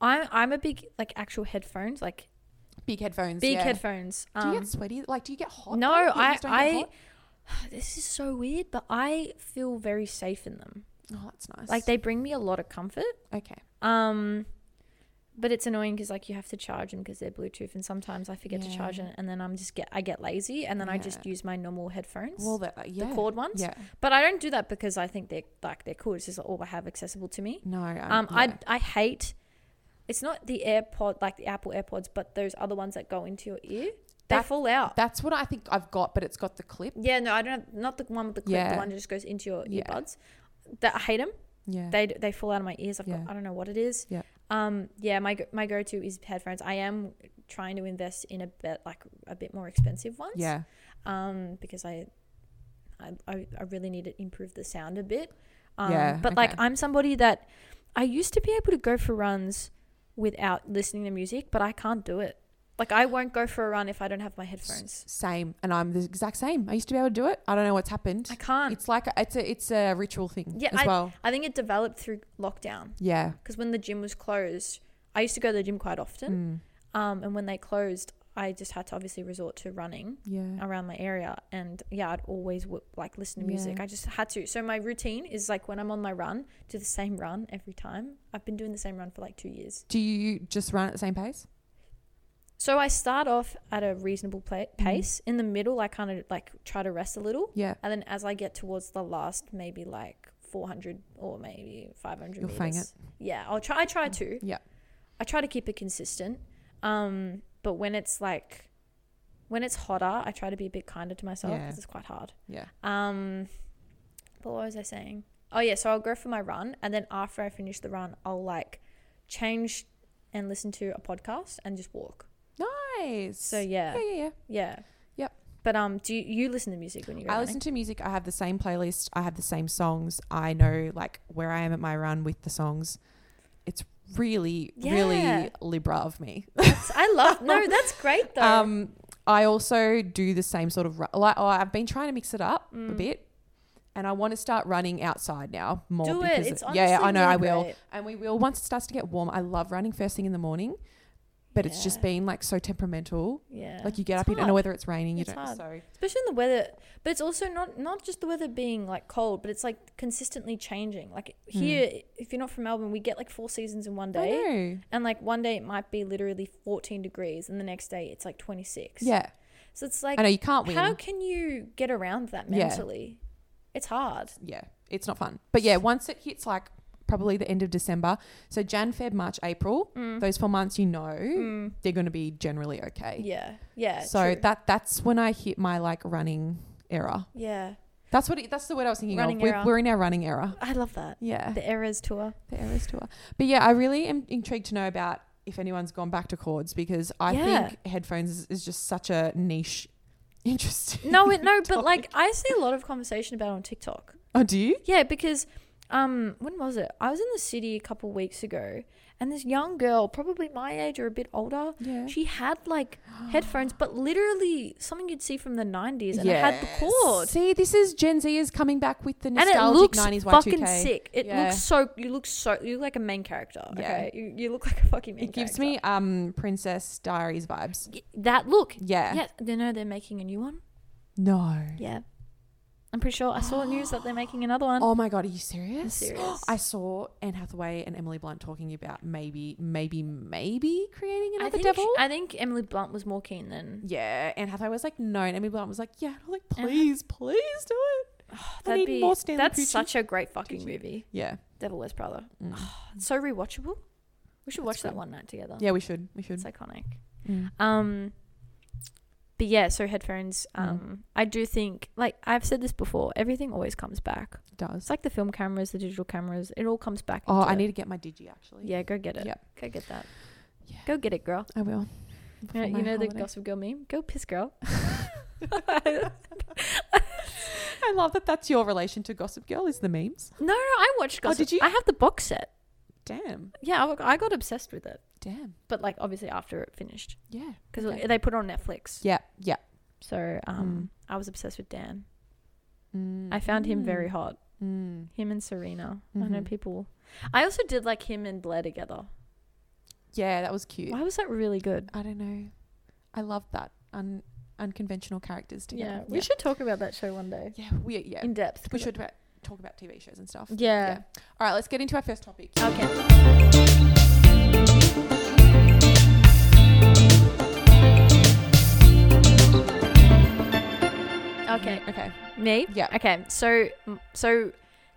I'm I'm a big like actual headphones, like big headphones. big yeah. headphones. Do Um, you get sweaty? Like, do you get hot? no, though? Your I ears don't get I hot? this is so weird, but I feel very safe in them. Oh, that's nice. Like they bring me a lot of comfort. Okay. Um, but it's annoying because like you have to charge them because they're Bluetooth, and sometimes I forget to charge Yeah. them, and then I'm just get I get lazy, and then I just Yeah. use my normal headphones, Well, the, uh, yeah. the cord ones. Yeah. But I don't do that because I think they're like they're cool. It's just all I have accessible to me. No. I'm, Um, yeah. I I hate. It's not the AirPod like the Apple AirPods, but those other ones that go into your ear, they That- fall out. That's what I think I've got, but it's got the clip. yeah, no, I don't have not the one with the clip. Yeah. The one that just goes into your Yeah. earbuds. That I hate them. Yeah. They they fall out of my ears. I've Yeah. got I don't know what it is. Yeah. Um. Yeah. My go- my go to is headphones. I am trying to invest in a bit like a bit more expensive ones. yeah. Um. Because I, I I I really need to improve the sound a bit. Um, Yeah, But like okay. I'm somebody that I used to be able to go for runs without listening to music, but I can't do it. Like I won't go for a run if I don't have my headphones. Same. And I'm the exact same. I used to be able to do it. I don't know what's happened. I can't. It's like a, it's a it's a ritual thing Yeah, as well. I think it developed through lockdown Yeah. because when the gym was closed, I used to go to the gym quite often. Mm. Um, and when they closed, I just had to obviously resort to running Yeah. around my area. And yeah, I'd always w- like listen to music. Yeah. I just had to. So my routine is like when I'm on my run, do the same run every time. I've been doing the same run for like two years. Do you just run at the same pace? So I start off at a reasonable pla- Mhm. pace. In the middle, I kind of like try to rest a little. Yeah. And then as I get towards the last, maybe like 400 or maybe 500 You'll meters. fang Yeah, I'll try. I try to. Yeah. I try to keep it consistent. Um, but when it's like, when it's hotter, I try to be a bit kinder to myself Yeah. because it's quite hard. Yeah. Um, but what was I saying? Oh yeah, so I'll go for my run, and then after I finish the run, I'll like change and listen to a podcast and just walk. Nice. So yeah, yeah, yeah, yeah. yeah. Yep. But um, do you, you listen to music when you go I running? listen to music. I have the same playlist. I have the same songs. I know like where I am at my run with the songs. It's really, Yeah. really Libra of me. That's- I love. No, that's great though. Um, I also do the same sort of ru- like. Oh, I've been trying to mix it up a Mm. bit, and I want to start running outside now more. do it. because It's it- honestly yeah, yeah, I know. really I will, great. and we will once it starts to get warm. I love running first thing in the morning. but it's just Yeah. being like so temperamental. Yeah. Like you get It's up, you don't know hard. whether it's raining, you It's don't. hard. So especially in the weather but it's also not not just the weather being like cold but it's like consistently changing like here if you're not from melbourne we get like four seasons in one Hmm. I day know. and like one day it might be literally 14 degrees and the next day it's like 26 Yeah, so it's like I know you can't win. how can you get around that Yeah. mentally it's hard yeah, it's not fun. But yeah, once it hits like probably the end of December, so Jan, Feb, March, April, Mm. those four months, you know, they're going to be generally okay. yeah yeah so true. that that's when I hit my like running era. yeah That's what it, that's the word I was thinking Running of. We're, era. we're in our running era. i love that Yeah, the, the errors tour eras tour. But yeah, I really am intrigued to know about if anyone's gone back to chords because I Yeah. think headphones is, is just such a niche interest. no it, no but like i see a lot of conversation about it on tiktok oh, do you? Yeah, because um, when was it? I was in the city a couple weeks ago, and this young girl, probably my age or a bit older, Yeah. she had like headphones, but literally something you'd see from the '90s, and it had the cord, See, this is Gen Z is coming back with the and nostalgic it looks 90s Y2K. fucking sick. It Yeah. looks so. You look so. You look like a main character. Yeah. Okay, you, you look like a fucking main. It gives character. me um Princess Diaries vibes. Y- that look. Yeah. Yeah, they know they're making a new one. No. Yeah, I'm pretty sure I saw the news that they're making another one. Oh my god, are you serious? serious. I saw Anne Hathaway and Emily Blunt talking about maybe, maybe, maybe creating I another think devil. I think Emily Blunt was more keen than yeah, Anne Hathaway was like, no, and Emily Blunt was like, yeah, and I'm like, Anne Hath- please, please do it. I Uh-huh. That'd need be, more Stanley That's Tucci. such a great fucking movie. Yeah, Devil Wears Prada. Mm. It's so rewatchable. We should watch that good. one night together. yeah, we should, we should. It's iconic. Mm. Um but yeah, so headphones, Mm. um I do think like I've said this before, everything always comes back. It does. It's like the film cameras, the digital cameras, it all comes back. Oh, into I it. need to get my digi actually. Yeah, go get it. Yep. Go get that. Yeah. Go get it, girl. I will. You know, Before my you know the holiday. gossip girl meme? Go piss girl. I love that. That's your relation to Gossip Girl is the memes. No, no, I watched Oh, gossip. did you? I have the box set. Damn, Yeah, I, I got obsessed with it. damn. But like obviously after it finished. Yeah, because Okay. they put it on Netflix. yeah, Mm. yeah. So um, I was obsessed with Dan. I found him very hot. Mm. Him and Serena. I know Mhm. people. I also did like him and Blair together. Yeah, that was cute. Why was that really good? I don't know. I love that un- unconventional characters Yeah, together. we should talk about that show one day Yeah, we yeah. in depth. we 'cause should about- talk about TV shows and stuff. I- Yeah. All right, let's get into our first topic. Okay. Okay. Okay. Me. Yeah. Okay. So so,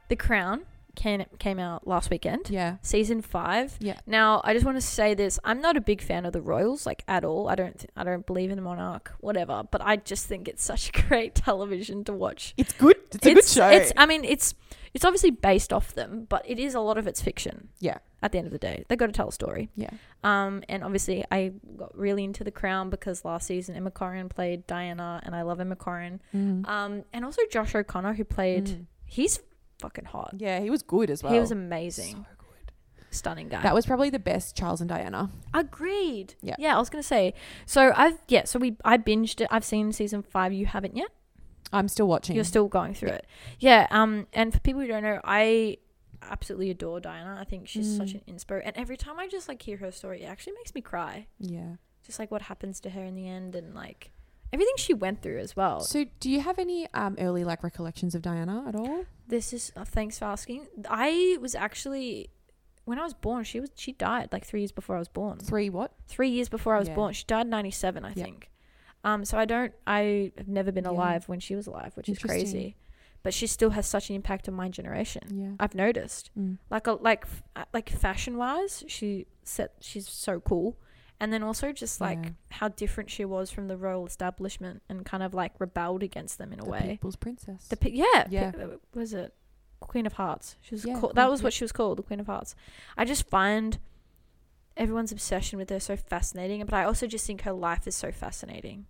The Crown came came out last weekend. Yeah. season five. Yeah. Now, I just want to say this: I'm not a big fan of the royals, like at all. I don't, th- I don't believe in the monarch, whatever. But I just think it's such great television to watch. It's good. It's a good show. It's, I mean, it's it's obviously based off them, but it is a lot of it's fiction. Yeah. At the end of the day, they got to tell a story. yeah. Um, and obviously, I got really into The Crown because last season Emma Corrin played Diana, and I love Emma Corrin. Mm-hmm. Um, and also Josh O'Connor, who played, he's fucking hot. Yeah, he was good Mm. as well. He was amazing, So good. stunning guy. That was probably the best Charles and Diana. Agreed. Yeah. Yeah, I was gonna say. So I've yeah, so we I binged it. I've seen season five. You haven't yet. I'm still watching. You're still going through it. Yeah. Um. And for people who don't know, I absolutely adore Diana. I think she's Mm. such an inspo. And every time I just like hear her story, it actually makes me cry. yeah. Just like what happens to her in the end, and like everything she went through as well. So, do you have any um, early like recollections of Diana at all? This is uh, thanks for asking. I was actually when I was born, she was she died like three years before I was born. Three what? three years before I was Yeah. born. She died in ninety seven, I Yeah. think. Um, so I don't I have never been Yeah. alive when she was alive, which is Interesting. crazy. But she still has such an impact on my generation. Yeah. I've noticed, Mm. like a, like f- uh, like fashion wise, she set she's so cool, and then also just like Yeah. how different she was from the royal establishment and kind of like rebelled against them in a The way. People's Princess. The pi- yeah, pi- Yeah. uh, was it Queen of Hearts? She was Yeah, called, Queen- that was yeah. what she was called, the Queen of Hearts. I just find everyone's obsession with her so fascinating, but I also just think her life is so fascinating.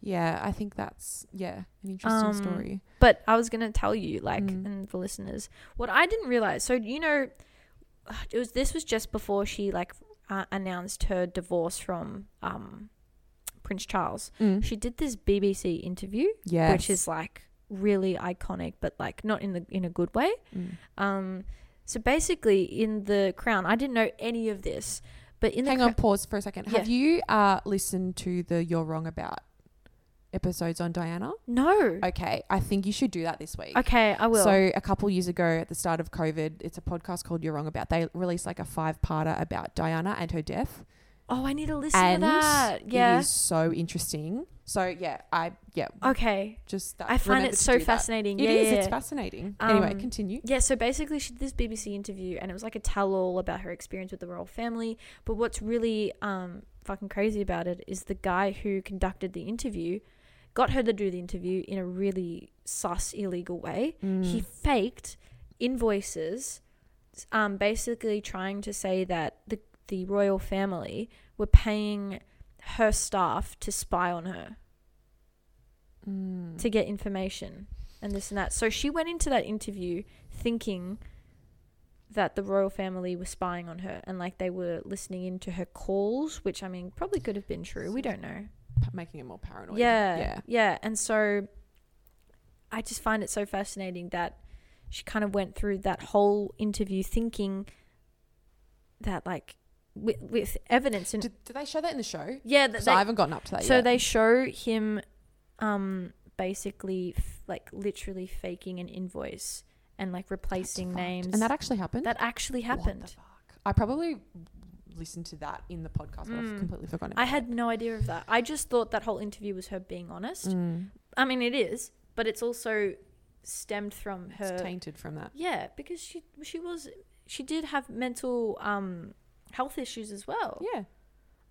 yeah, I think that's yeah an interesting Um, story. But I was gonna tell you, like, Mm. and the listeners, what I didn't realize. So you know, it was this was just before she like uh, announced her divorce from um, Prince Charles. Mm. She did this BBC interview, Yeah. which is like really iconic, but like not in the in a good way. Mm. Um, so basically, in the Crown, I didn't know any of this, But in the Hang cra- on, pause for a second. Have Yeah. you uh, listened to the You're Wrong About episodes on Diana? no. Okay, I think you should do that this week. Okay, I will. So a couple years ago, at the start of COVID, it's a podcast called "You're Wrong About." They released like a five-parter about Diana and her death, oh, I need to listen and to that. it Yeah. is so interesting. So yeah, I yeah, Okay. just that, I find remember it to so do that. fascinating. It is. yeah, yeah, It's yeah. fascinating. anyway, Um, continue. Yeah, so basically she did this BBC interview and it was like a tell all about her experience with the royal family. But what's really um fucking crazy about it is the guy who conducted the interview got her to do the interview in a really sus illegal way. He Mm. faked invoices um basically trying to say that the the royal family were paying her staff to spy on her Mm. to get information and this and that. So she went into that interview thinking that the royal family were spying on her and like they were listening into her calls, which I mean probably could have been true. We don't know. P- making it more paranoid. Yeah. yeah. Yeah. And so I just find it so fascinating that she kind of went through that whole interview thinking that like with, with evidence and Did, did they show that in the show? yeah, that So they- I haven't gotten up to that so yet. they show him um basically f- like literally faking an invoice and like That's replacing fucked. names and that actually happened. That actually What the happened fuck? I probably listened to that in the podcast, but I've Mm. completely forgotten. i about had no idea of that i just thought that whole interview was her being honest it. Mm. i mean it is but it's also stemmed from her It's tainted from that. yeah because she she was she did have mental um health issues as well Yeah.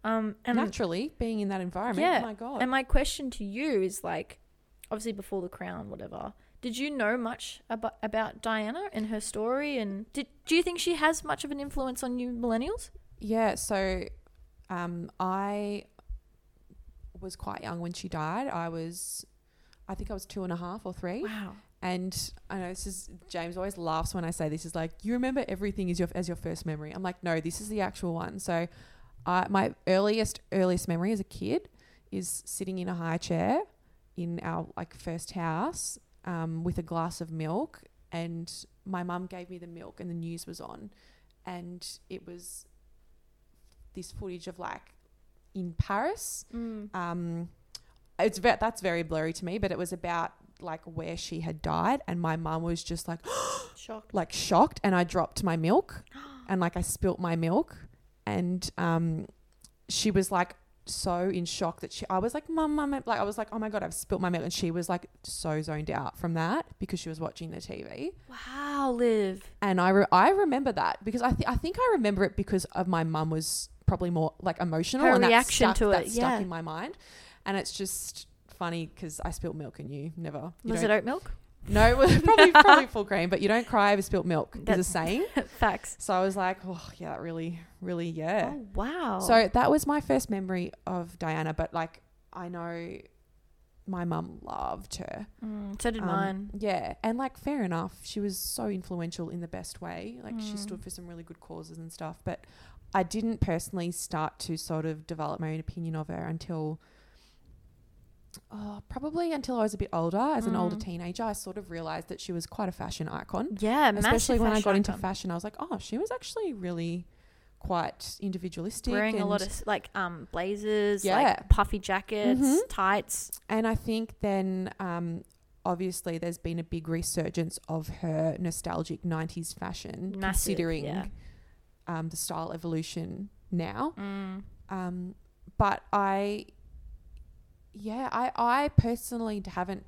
um and naturally being in that environment. Yeah, Oh my god. And my question to you is like, obviously before the crown, whatever. Did you know much about about Diana and her story? And did do you think she has much of an influence on you millennials? yeah. So, um, I was quite young when she died. I was, I think I was two and a half or three. Wow. And I know this is James always laughs when I say this. Is like you remember everything is your as your first memory. I'm like, no, this is the actual one. So, I my earliest earliest memory as a kid is sitting in a high chair in our like first house um, with a glass of milk, and my mum gave me the milk, and the news was on, and it was this footage of like in Paris Mm. um, it's ve- that's very blurry to me, but it was about like where she had died, and my mum was just like Shocked. like shocked, and I dropped my milk, and like I spilt my milk, and um, she was like so in shock that she I was like mum mum like I was like oh my god I've spilt my milk, and she was like so zoned out from that because she was watching the TV, Wow, Liv. and I re- I remember that because I th- I think I remember it because of my mum was probably more like emotional Her and that reaction stuck- to it, that yeah. stuck in my mind, and it's just funny because I spilled milk and you never you Was it don't- oat milk? no it was probably probably full cream but you don't cry over spilt milk is a That's- saying Facts. so I was like oh yeah that really really yeah Oh wow. so that was my first memory of Diana but like I know my mum loved her Mm, so did um, mine. Yeah, and like fair enough, she was so influential in the best way. Like she Mm. stood for some really good causes and stuff. But I didn't personally start to sort of develop my own opinion of her until. Oh, probably until I was a bit older, as an older Mm. teenager, I sort of realized that she was quite a fashion icon. Yeah, Especially massive when I got fashion into icon. fashion, I was like, oh, she was actually really quite individualistic. Wearing a and- lot of s- like um blazers, Yeah. like puffy jackets, Mhm. tights. And I think then, um, obviously, there's been a big resurgence of her nostalgic 90s fashion, Massive, considering yeah. um, the style evolution now. Mm. Um, but I, yeah, I, I personally haven't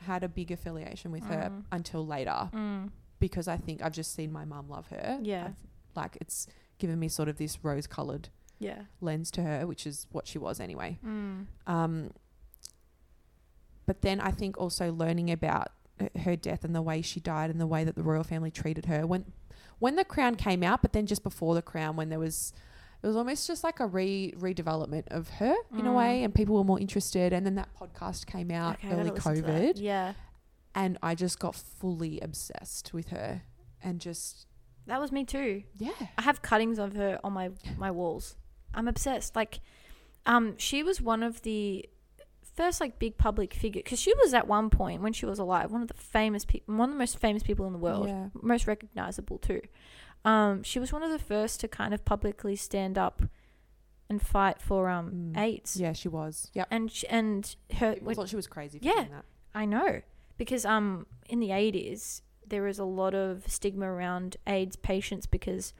had a big affiliation with her Mm. until later Mm. because I think I've just seen my mum love her. Yeah. I've- like, it's given me sort of this rose coloured Yeah. lens to her, which is what she was anyway. Mm. Um, but then I think also learning about h- her death and the way she died and the way that the royal family treated her when when the crown came out, but then just before the crown, when there was it was almost just like a re redevelopment of her in a Mm. way, and people were more interested. And then that podcast came out Okay, I gotta early listen to that. COVID, Yeah. and I just got fully obsessed with her and just That was me too. yeah. I have cuttings of her on my my walls. I'm obsessed. Like, um, she was one of the first like big public figure because she was at one point when she was alive one of the famous people, one of the most famous people in the world, Yeah. most recognizable too. Um, she was one of the first to kind of publicly stand up and fight for um Mm. AIDS. Yeah, she was. Yep. And sh and her People thought she was crazy for Yeah. doing that. I know because um in the 80s there was a lot of stigma around AIDS patients because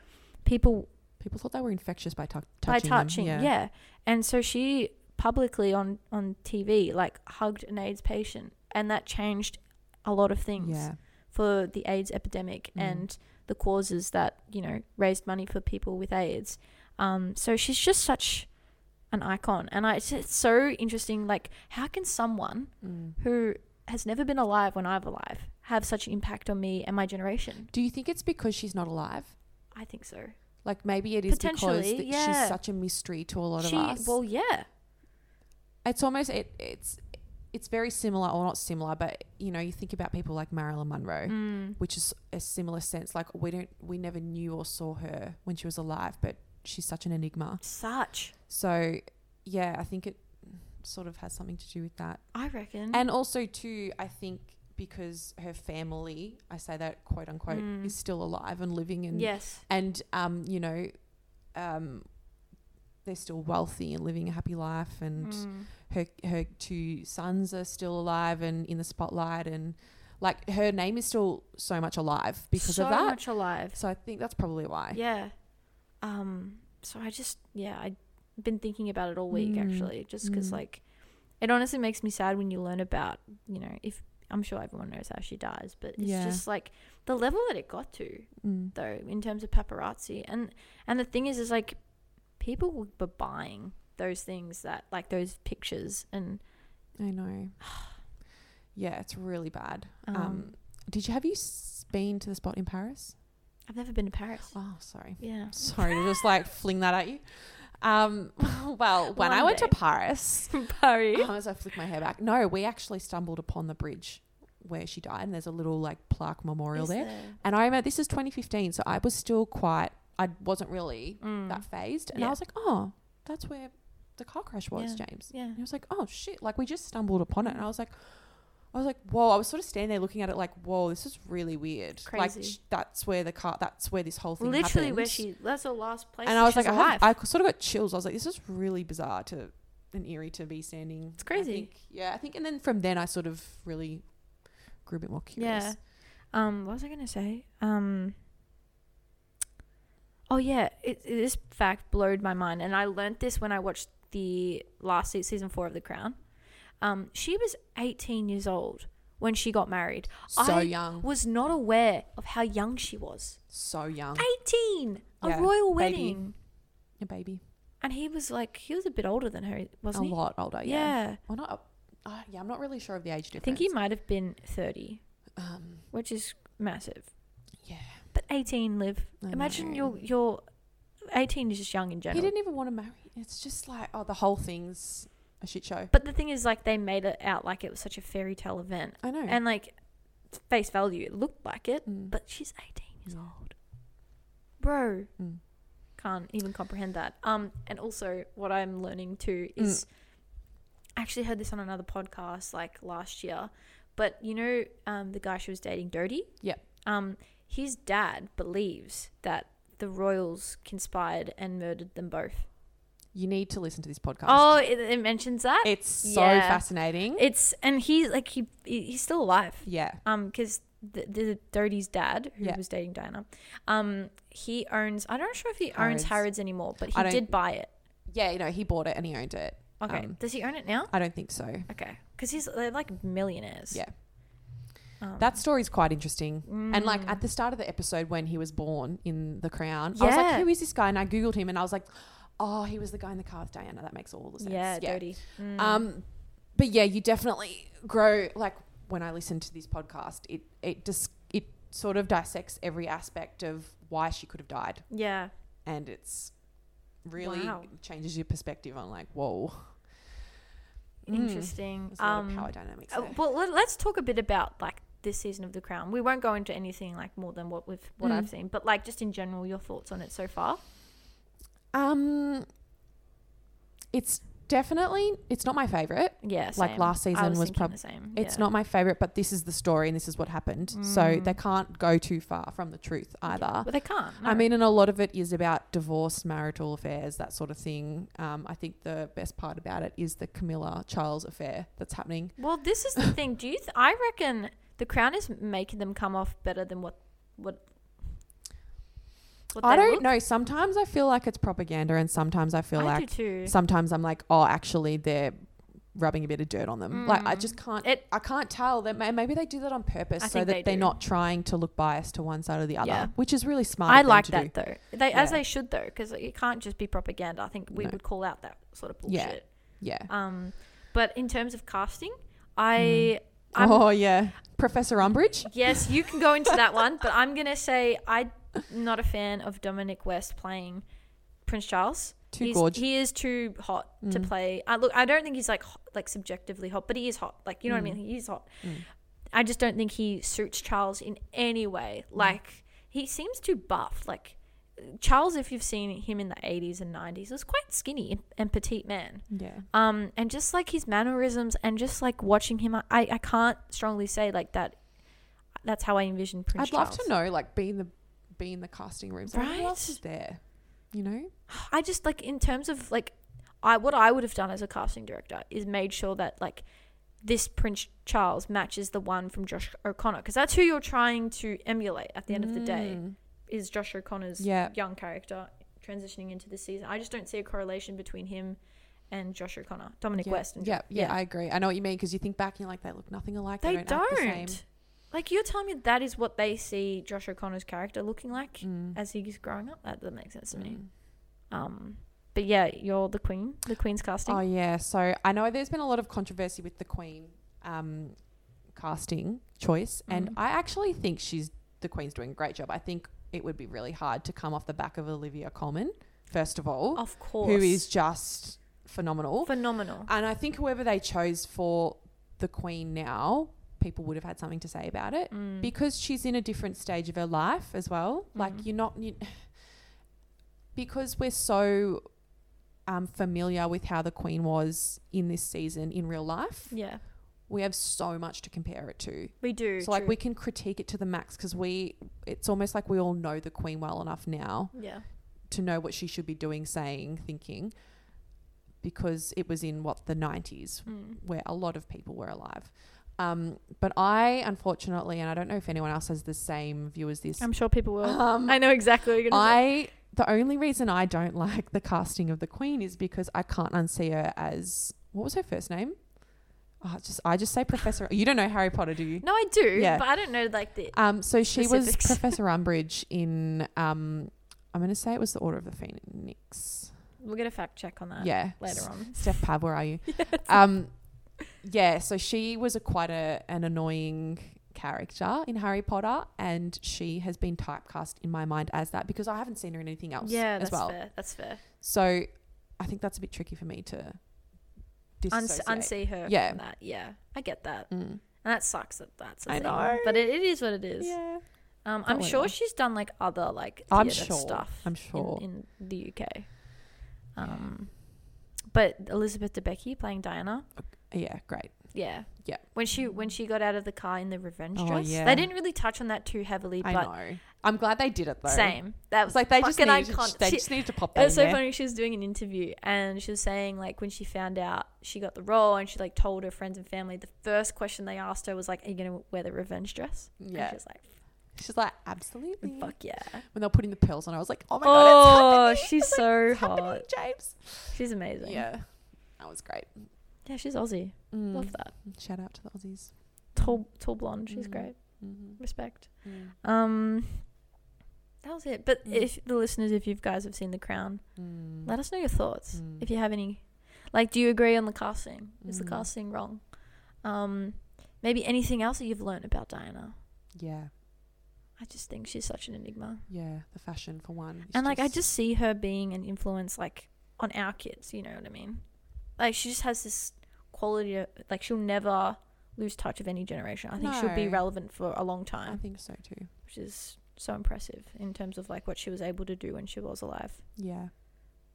people People thought they were infectious by tuck by touching them. touching, yeah. And so she publicly on on TV like hugged an AIDS patient, and that changed a lot of things Yeah. for the AIDS epidemic Mm. and the causes that you know raised money for people with AIDS. Um, so she's just such an icon, and I, it's, it's so interesting. Like, how can someone Mm. who has never been alive when I'm alive have such an impact on me and my generation? Do you think it's because she's not alive? I think so. Like maybe it is because Potentially, th- yeah. she's such a mystery to a lot she of us. well, yeah, it's almost it, it's it's very similar, or not similar, but you know, you think about people like Marilyn Monroe, Mm. which is a similar sense. Like we don't, we never knew or saw her when she was alive, but she's such an enigma. such. So yeah, I think it sort of has something to do with that. I reckon. And also too, I think because her family, I say that quote unquote, Mm. is still alive and living and yes. and um, you know, um, they're still wealthy and living a happy life, and Mm. her her two sons are still alive and in the spotlight, and like her name is still so much alive because so of that. much alive. So I think that's probably why. Yeah. Um. So I just yeah I've been thinking about it all week Mm. actually, just because Mm. like it honestly makes me sad when you learn about you know if I'm sure everyone knows how she dies, but it's Yeah. just like the level that it got to Mm. though in terms of paparazzi and and the thing is is like people were buying those things that like those pictures and I know. Yeah, it's really bad. um, Um, did you have you s- been to the spot in Paris? I've never been to Paris. Oh, sorry. Yeah. Sorry to just like fling that at you. Um, well, when I One went to day. Paris, Paris. Oh, as I flick my hair back. No, we actually stumbled upon the bridge where she died, and there's a little like plaque memorial Is there. there- And I remember this is 2015, so I was still quite. I wasn't really Mm. that phased, and Yeah. I was like, oh, that's where the car crash was, Yeah. James. Yeah. And he was like, oh shit, like we just stumbled upon it, and I was like. I was like, whoa! I was sort of standing there looking at it, like, whoa, this is really weird. Like, Crazy. sh- that's where the car, that's where this whole thing Literally where happened. she that's the last place. and that I was she like, I, alive. had- I sort of got chills. I was like, this is really bizarre to and eerie to be standing. It's crazy. yeah, I think, and then from then I sort of really grew a bit more curious. Yeah. Um, what was I gonna say? Um. Oh yeah, it, it- this fact blowed my mind, and I learnt this when I watched the last se- season four of The Crown. Um, she was 18 years old when she got married. So I young, was not aware of how young she was. so young, 18, a Oh. Yeah, royal baby. wedding, a baby, and he was like he was a bit older than her, wasn't a he? lot older. yeah. Yeah, well, not. a- Uh, yeah, I'm not really sure of the age I difference. think he might have been 30, Um, which is massive. yeah, But 18, live. I Imagine know. you're you're 18 is just young in He general. didn't even want to marry. It's just like, oh, the whole thing's a shit show. But the thing is, like, they made it out like it was such a fairy tale event, I know. and like face value, it looked like it. Mm. But she's 18 years Yeah. old, bro. Mm. Can't even comprehend that. Um, and also what I'm learning too Mm. is, I actually heard this on another podcast like last year, but you know, um, the guy she was dating, Dodie. Yep. Um, his dad believes that the royals conspired and murdered them both. you need to listen to this podcast. Oh, it, it mentions that. it's so yeah. fascinating. It's and he's like he he- he's still alive. yeah, Um, because the, the Dodie's dad, who Yeah. was dating Diana, um, he owns. I'm not sure if he owns Harrods. Harrods anymore, but I he don't- did buy it. yeah. You know, he bought it and he owned it. Okay, Um, does he own it now? I don't think so. Okay, because he's they're like millionaires. Yeah. Um, That story's quite interesting. And like Mm. at the start of the episode when he was born in The Crown, I was like, Yeah. who is this guy? And I Googled him and I was like, oh, he was the guy in the car with Diana. That makes all the sense. yeah, Dodie. Mm. Um, but yeah, you definitely grow. Like when I listen to this podcast, it, it just, it sort of dissects every aspect of why she could have died. yeah, And it's really Wow. changes your perspective on like, whoa. Mm. interesting. There's a lot Um, of power dynamics. Uh, there. well let, let's talk a bit about like this season of the crown we won't go into anything like more than what we've what i've Mm. seen but like just in general your thoughts on it so far Um, it's definitely, it's not my favorite. Yeah, Like same. last season I was, was prob- probably the same. It's yeah. not my favorite, but this is the story and this is what happened. So Mm. they can't go too far from the truth Yeah. either. But they can't. I no. mean, and a lot of it is about divorce, marital affairs, that sort of thing. Um, I think the best part about it is the Camilla Charles affair that's happening. well, this is the thing. Do you? Th- I reckon the crown is making them come off better than what what. what I they don't look. know. Sometimes I feel like it's propaganda, and sometimes I feel I like do too. sometimes I'm like, oh, actually, they're rubbing a bit of dirt on them. Like I just can't. Mm. It- I can't tell. That may- maybe they do that on purpose I so think that they they are do. not trying to look biased to one side or the other, Yeah. which is really smart. I of them like to do. that though. They as Yeah. they should though, because it can't just be propaganda. I think we No. would call out that sort of Yeah. bullshit. Yeah. Um, but in terms of casting, I. I'm, oh yeah, Professor Umbridge. Yes, you can go into that one, but I'm gonna say I'm not a fan of Dominic West playing Prince Charles. Too he's, gorge. Mm. He is too hot to play. I look, I don't think he's like hot, like subjectively hot, but he is hot. Like you know Mm. what I mean? He is hot. I just don't think he suits Charles in any way. Mm. Like he seems too buff. Like Charles, if you've seen him in the 80s and 90s, was quite skinny and petite man Yeah. um and just like his mannerisms and just like watching him i i can't strongly say like that that's how i envision prince I'd love charles to know, like, be in the be in the casting room. So Who else Right? is there? You know, i just like in terms of like i what i would have done as a casting director is made sure that like this prince charles matches the one from josh o'connor because that's who you're trying to emulate at the end of the day Mm. is josh o'connor's Yeah. young character transitioning into this season i just don't see a correlation between him and josh o'connor dominic Yeah, west and yeah, yeah, yeah. I agree. I know what you mean because you think back and you're like, they look nothing alike. They, They don't, don't. act the same. Like you're telling me that is what they see Josh O'Connor's character looking like Mm. as he's growing up. That doesn't make sense to me. Um, but yeah, you're the queen, the queen's casting. Oh yeah. So I know there's been a lot of controversy with the Queen um, casting choice, Mm-hmm. and I actually think she's the Queen's doing a great job. I think it would be really hard to come off the back of Olivia Colman, first of all, of course, who is just phenomenal. phenomenal. And I think whoever they chose for the Queen now, people would have had something to say about it Mm. because she's in a different stage of her life as well. Like you're not you, because we're so um, familiar with how the Queen was in this season in real life. Yeah, We have so much to compare it to. we do. So like true. we can critique it to the max because we, it's almost like we all know the Queen well enough now yeah, to know what she should be doing, saying, thinking, because it was in what the 90s Mm. where a lot of people were alive. Um, but I, unfortunately, and I don't know if anyone else has the same view as this, I'm sure people will. Um, I know exactly what you're gonna say. I the only reason I don't like the casting of the Queen is because I can't unsee her as what was her first name? Oh, it's just I just say Professor. You don't know Harry Potter, do you? No, I do, Yeah. but I don't know like the. Um, so she was Specifics. Professor Umbridge in um, I'm going to say it was the Order of the Phoenix. We'll get a fact check on that. yeah, Uh, later on. Steph Pab, where are you? um, yeah, so she was a quite a, an annoying character in Harry Potter, and she has been typecast in my mind as that because I haven't seen her in anything else Yeah, as that's well. fair. That's fair. So I think that's a bit tricky for me to Uns- dissociate. unsee her. Yeah. from that. Yeah, I get that, Mm. and that sucks. That that's. A I thing. know. but it, it is what it is. Yeah, Um, Not I'm really sure well. she's done like other like I'm theatre sure. stuff. I'm sure. in, in the UK. Um, but Elizabeth Debicki playing Diana, yeah, great. yeah, Yeah. When she when she got out of the car in the revenge Oh, dress, yeah. they didn't really touch on that too heavily. I but know. I'm glad they did it though. same, that It's was like they just fucking needed, iconic. they She- just needed to pop it that was in so there. funny. She was doing an interview and she was saying like when she found out she got the role and she like told her friends and family. The first question they asked her was like, "Are you gonna wear the revenge dress?" And Yeah. she was like, She's like, absolutely. "Fuck yeah!" When they were putting the pearls on, I was like, oh my Oh, god, it's happening. she's It's like, so it's happening, hot. James. She's amazing. Yeah, that was great. Yeah, she's Aussie. Love that. Mm. Shout out to the Aussies. Tall, tall blonde. She's Mm. great. Mm-hmm. Respect. Um, that was it. But Mm. if the listeners, if you guys have seen The Crown, let us know your thoughts. Mm. If you have any, like, do you agree on the casting? Is the Mm. casting wrong? Um, maybe anything else that you've learned about Diana. Yeah, I just think she's such an enigma, yeah. The fashion for one, It's and like, I just see her being an influence, like, on our kids. You know what I mean? Like, she just has this quality. Of, like, she'll never lose touch of any generation. I think she'll be No. relevant for a long I time. think so too. which is so impressive in terms of like what she was able to do when she was alive. Yeah,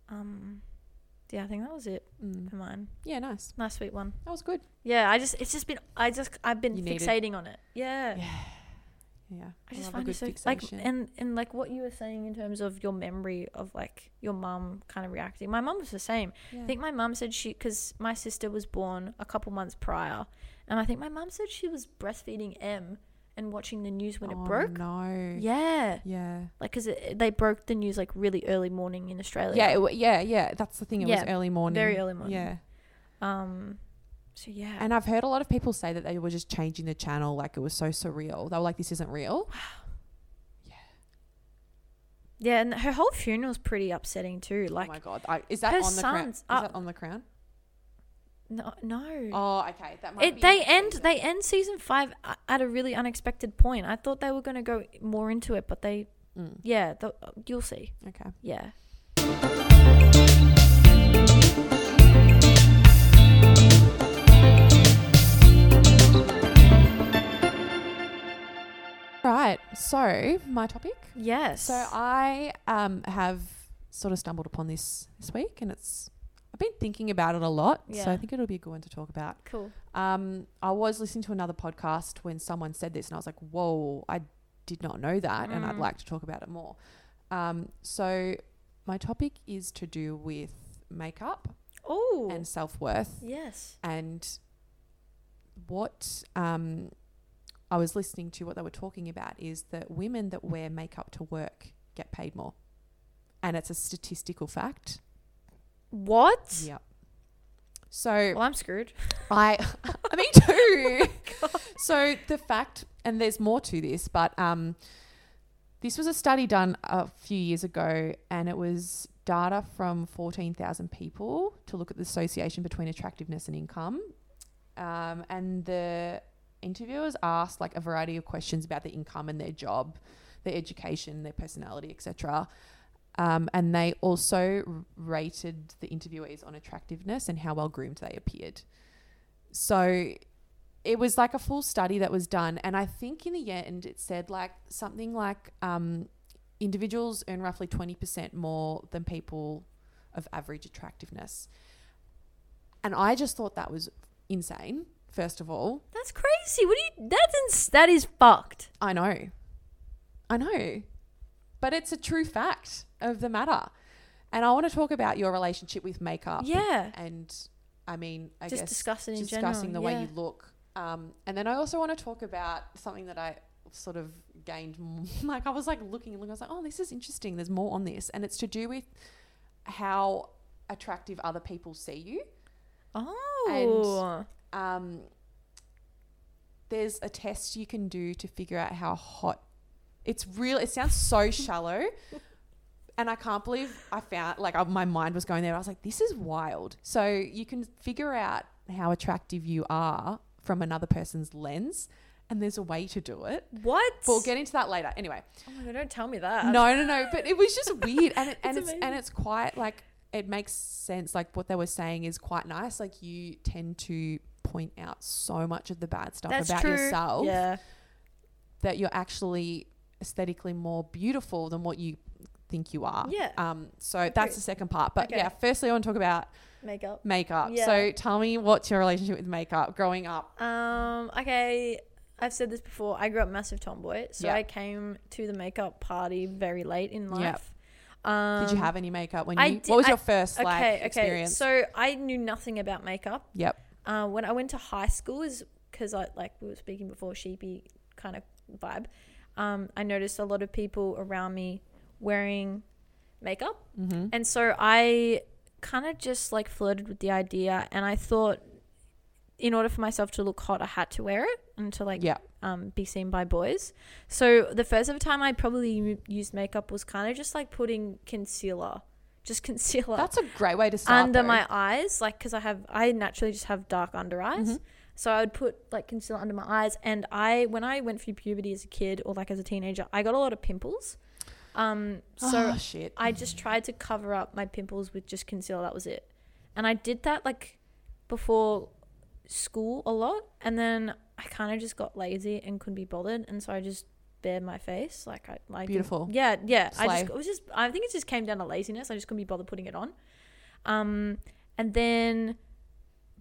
Um, yeah, I think that was it Mm. for mine. Yeah, nice. Nice sweet one. That was good. Yeah, I just it's just been I just I've been You need it. fixating on it. Yeah. Yeah. I just love find it so like and and like what you were saying in terms of your memory of like your mum kind of reacting. My mum was the same. yeah. I think my mum said she because my sister was born a couple months prior, and I think my mum said she was breastfeeding M and watching the news when Oh, it broke. No. Yeah, Yeah. like because they broke the news like really early morning in Australia. Yeah. It, w- yeah. Yeah. That's the thing. It Yeah, was early morning. very early morning. Yeah. Um. So yeah. And I've heard a lot of people say that they were just changing the channel. Like it was so surreal. They were like, this isn't real. yeah, and her whole funeral's pretty upsetting too. Like oh my God. I, is that her on the crown? Is sons are- that on the crown? no, no. Oh, okay. That might it, be they next end season. they end season five a- at a really unexpected point. I thought they were going to go more into it, but they Mm, yeah, th- you'll see. okay. Yeah. Right. So my topic. Yes. So I um, have sort of stumbled upon this this week, and it's I've been thinking about it a lot. So I Yeah. think it'll be a good one to talk about. cool. Um, I was listening to another podcast when someone said this, and I was like, "Whoa, I did not know that," and I'd Mm. like to talk about it more. Um, so my topic is to do with makeup Oh. and self worth Yes. and what um, I was listening to what they were talking about is that women that wear makeup to work get paid more, and it's a statistical fact. What? Yep. So Well, I'm screwed. I, I me too. so the fact, and there's more to this, but um, this was a study done a few years ago, and it was data from 14,000 people to look at the association between attractiveness and income. Um, and the interviewers asked like a variety of questions about their income and their job, their education, their personality, etc. Um, and they also r- rated the interviewees on attractiveness and how well groomed they appeared. So it was like a full study that was done. And I think in the end, it said like something like um, individuals earn roughly 20% more than people of average attractiveness. And I just thought that was insane, first of all. That's crazy. What do you? That's ins- that is fucked. I know. I know. But it's a true fact of the matter. And I want to talk about your relationship with makeup. Yeah. And I mean, Uh, I just guess discuss it in general. discussing the yeah. way you look. Um, and then I also want to talk about something that I sort of gained. m- Like I was like looking and looking. I was like, oh, this is interesting. There's more on this, and it's to do with how attractive other people see you. Oh. Um, there's a test you can do to figure out how hot. It's real. It sounds so shallow. And I can't believe I found like I, my mind was going there. I was like, "This is wild." So you can figure out how attractive you are from another person's lens, and there's a way to do it. what? But we'll get into that later. Anyway, oh my god! Don't tell me that. no, no, no. But it was just weird, and it, and It's it's and it's quite like it makes sense. Like what they were saying is quite nice. Like you tend to point out so much of the bad stuff That's about true. yourself Yeah. that you're actually aesthetically more beautiful than what you think you are. Yeah. Um. So that's Agreed. the second part. But Okay. yeah, firstly, I want to talk about Makeup. makeup. Yeah. So tell me what's your relationship with makeup growing up. Um. Okay. I've said this before. I grew up massive tomboy, so Yeah. I came to the makeup party very late in Yeah. life. Um, Did you have any makeup when I you? di- what was I- your first like experience? So I knew nothing about makeup. yep. Uh, when I went to high school, is because I like we were speaking before sheepy kind of vibe. Um, I noticed a lot of people around me wearing makeup, Mm-hmm. and so I kind of just like flirted with the idea, and I thought in order for myself to look hot, I had to wear it and to like yeah. um, be seen by boys. So the first ever time I probably u- used makeup was kind of just like putting concealer, just concealer That's a great way to start. under though. my eyes, like because I have I naturally just have dark under eyes. Mhm. So I would put like concealer under my eyes, and I when I went through puberty as a kid or like as a teenager, I got a lot of pimples. Um, so Oh, shit. I just tried to cover up my pimples with just concealer. That was it, and I did that like before school a lot, and then I kind of just got lazy and couldn't be bothered, and so I just bared my face like I like Beautiful. yeah, yeah. I Slay. just it was just I think it just came down to laziness. I just couldn't be bothered putting it on. Um, and then,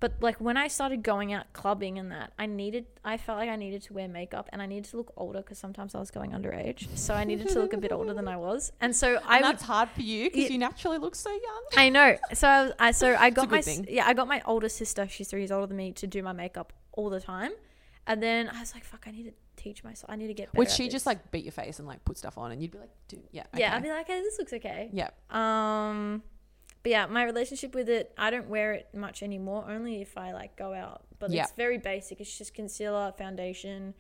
but like when I started going out clubbing and that, I needed, I felt like I needed to wear makeup and I needed to look older because sometimes I was going underage. So I needed to look a bit older than I was. And so I and would that's hard for you because It- you naturally look so young. I know. So I, was, I so I got good my s- thing. yeah I got my older sister. She's three years older than me to do my makeup all the time, and then I was like, "Fuck, I need to teach myself. I need to get." Better Would at she this." just like beat your face and like put stuff on and you'd be like, dude, yeah. Yeah, I'd okay. be like, "Okay, this looks okay." yeah. Um, but yeah, my relationship with it, I don't wear it much anymore. Only if I like go out, but Yeah. it's very basic. It's just concealer, foundation,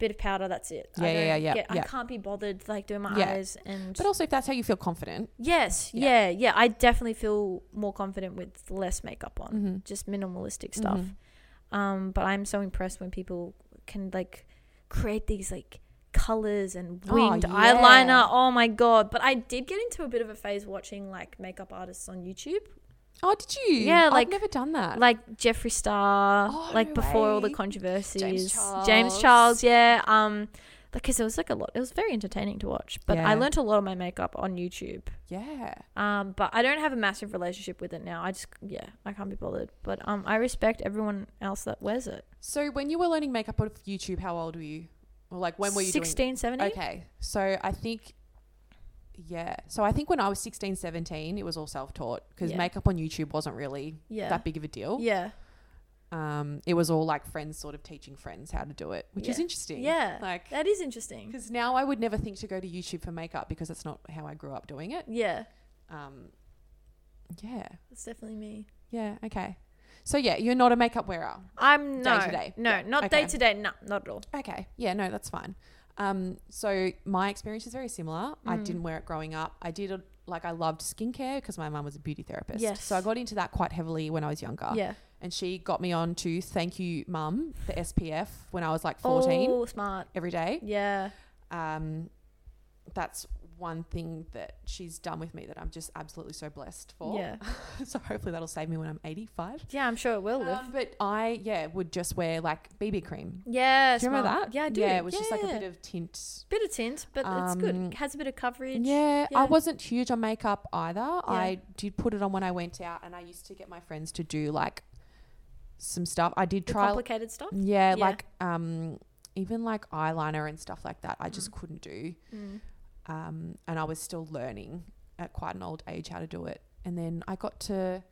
bit of powder. That's it. I Yeah, yeah, don't yeah, yeah, get- yeah. I can't be bothered like doing my Yeah. eyes and. But also, if that's how you feel confident, yes, yeah. Yeah. yeah, I definitely feel more confident with less makeup on mm-hmm. just minimalistic stuff. Mhm. Um, but I'm so impressed when people can like create these like colors and Oh, winged yeah. eyeliner. Oh my god! But I did get into a bit of a phase watching like makeup artists on YouTube, oh, did you? Yeah, like- I've never done that. like Jeffree Star, Uh, Oh, like no before all the way. controversies. Charles. Charles, yeah. Um, because it was like a lot. It was very entertaining to watch. But I Yeah. learnt a lot of my makeup on YouTube. yeah, Um, but I don't have a massive relationship with it now. I just yeah, I can't be bothered. But um, I respect everyone else that wears it. So when you were learning makeup off YouTube, how old were you? Or like when were you doing? 16, 17? Okay. So I think yeah. So I think when I was 16, 17, it was all self-taught because Yeah. makeup on YouTube wasn't really Yeah. that big of a deal. Yeah. Um it was all like friends sort of teaching friends how to do it, which is Yeah. interesting. Yeah. Like that is interesting. cuz now I would never think to go to YouTube for makeup because that's not how I grew up doing it. Yeah. Um yeah. That's definitely me. Yeah, okay. So yeah, you're not a makeup wearer. I'm no. Day-to-day. No, Yeah, not okay. day to day. No, not at all. Okay. Yeah, no, that's fine. Um, so my experience is very similar. I Mm. didn't wear it growing up. I did a- like I loved skincare because my mum was a beauty therapist. Yes. So I got into that quite heavily when I was younger. Yeah. And she got me on to thank you mum, the SPF when I was like 14 Oh, smart. every day. Yeah. Um, that's one thing that she's done with me that I'm just absolutely so blessed for. Yeah. so hopefully that'll save me when I'm 85. Yeah, I'm sure it will. live. Um, but I yeah would just wear like BB cream. yeah. Do you remember smart. that? Yeah, I do. Yeah, it was just like a Yeah. bit of tint bit of tint, but it's good. Um, It has a bit of coverage. Yeah, Yeah. I wasn't huge on makeup either. I did put it on when I went out, and I used to get my friends to do like some stuff. I did The try, complicated stuff. yeah, Yeah. like um, even like eyeliner and stuff like that. I just couldn't do, Mm. um, and I was still learning at quite an old age how to do it. And then I got to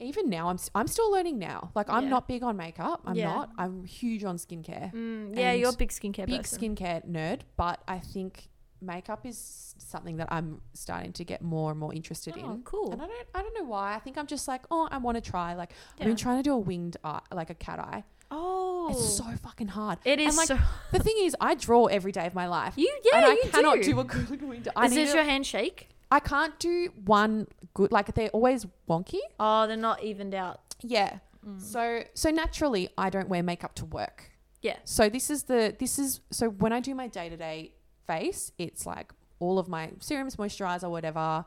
even now, I'm s- I'm still learning now. Like I'm Yeah. not big on makeup. I'm Yeah. not. I'm huge on skincare Mm, yeah, you're a And big skincare big person. skincare nerd, but I think makeup is something that I'm starting to get more and more interested Oh, in. cool. And I don't, I don't know why. I think I'm just like, oh, I want to try. Like, I've Yeah. been trying to do a winged eye, like a cat eye. Oh, It's so fucking hard. It and, is like, so. the thing is, I draw every day of my life. You yeah, and I you cannot do. do. a good winged eye. I, is need this to- your handshake? I can't do one good. Like they're always wonky. Oh, they're not evened out. Yeah. Mm. So so naturally I don't wear makeup to work. Yeah. So this is the this is so when I do my day-to-day face, it's like all of my serums, moisturizer, whatever,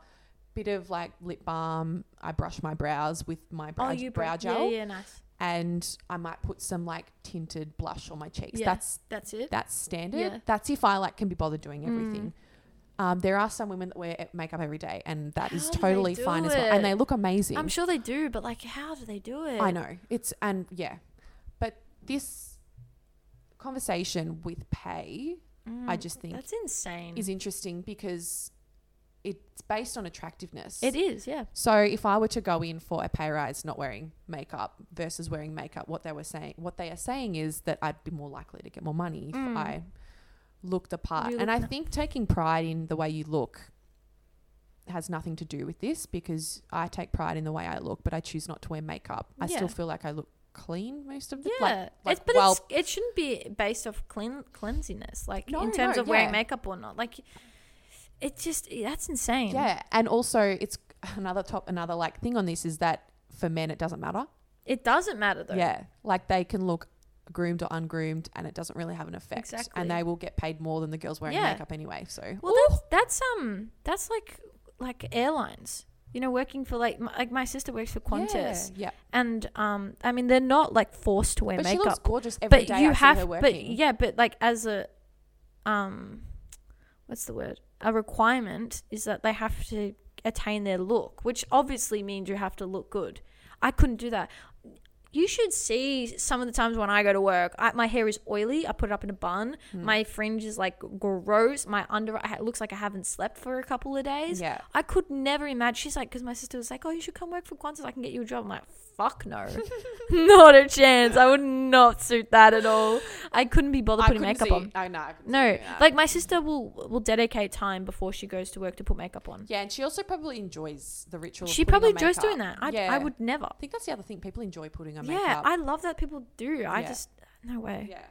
bit of like lip balm, I brush my brows with my brow, oh, you br- brow gel Yeah, yeah, nice. and I might put some like tinted blush on my cheeks. Yeah. That's That's it. that's standard. Yeah. Mm. That's if I like can be bothered doing everything. Um, there are some women that wear makeup every day, and that is How do they totally do fine as well. And it? they look amazing. I'm sure they do, but like, how do they do it? I know. It's and yeah. But this conversation with pay I Mm, just think that's insane. is interesting because it's based on attractiveness. it is, yeah. So if I were to go in for a pay rise not wearing makeup versus wearing makeup, what they were saying what they are saying is that I'd be more likely to get more money if Mm. I look the part. You and look I the- think taking pride in the way you look has nothing to do with this because I take pride in the way I look, but I choose not to wear makeup. I Yeah. still feel like I look clean most of the Yeah, like, like it's, but well it's, it shouldn't be based off clean cleansiness, like No, in terms no, of wearing yeah. makeup or not. Like, it just that's insane. Yeah, and also it's another top another like thing on this is that for men it doesn't matter. it doesn't matter though. Yeah, like they can look groomed or ungroomed, and it doesn't really have an effect. Exactly. And they will get paid more than the girls wearing Yeah. makeup anyway. So Well, that's that's um that's like like airlines. You know, working for like my, like my sister works for Qantas, Yeah, yeah. and um, I mean they're not like forced to wear but she makeup. looks gorgeous every day. but you I see have her but working. yeah but like as a um what's the word a requirement is that they have to attain their look, which obviously means you have to look good. I couldn't do that. You should see some of the times when I go to work. I, my hair is oily. I put it up in a bun. Hmm. My fringe is like gross. My under I- it looks like I haven't slept for a couple of days. Yeah. I could never imagine. She's like, because my sister was like, oh, you should come work for Qantas. I can get you a job. I'm like, fuck no, not a chance. I would not suit that at all. I couldn't be bothered putting couldn't makeup see- on. I know. I couldn't see No, doing that. like my sister will will dedicate time before she goes to work to put makeup on. yeah, and she also probably enjoys the ritual. of She putting on probably enjoys makeup. doing that. I, I would never. I think that's the other thing. People enjoy putting on Yeah, makeup. I love that people do. I Yeah. just no way. yeah.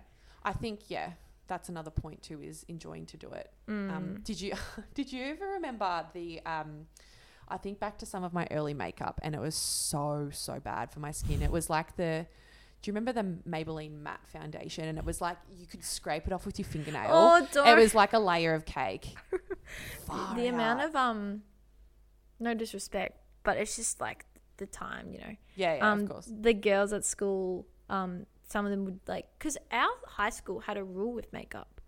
I think yeah, that's another point too is enjoying to do it. Mm. Um, did you did you ever remember the? Um, I think back to some of my early makeup, and it was so so bad for my skin. It was like the. Do you remember the Maybelline matte foundation? And it was like you could scrape it off with your fingernail. Oh, It don't. was like a layer of cake. Far the amount out. of um, no disrespect, but it's just like the time, you know. yeah, yeah um, of course. the girls at school, um, some of them would like because our high school had a rule with makeup.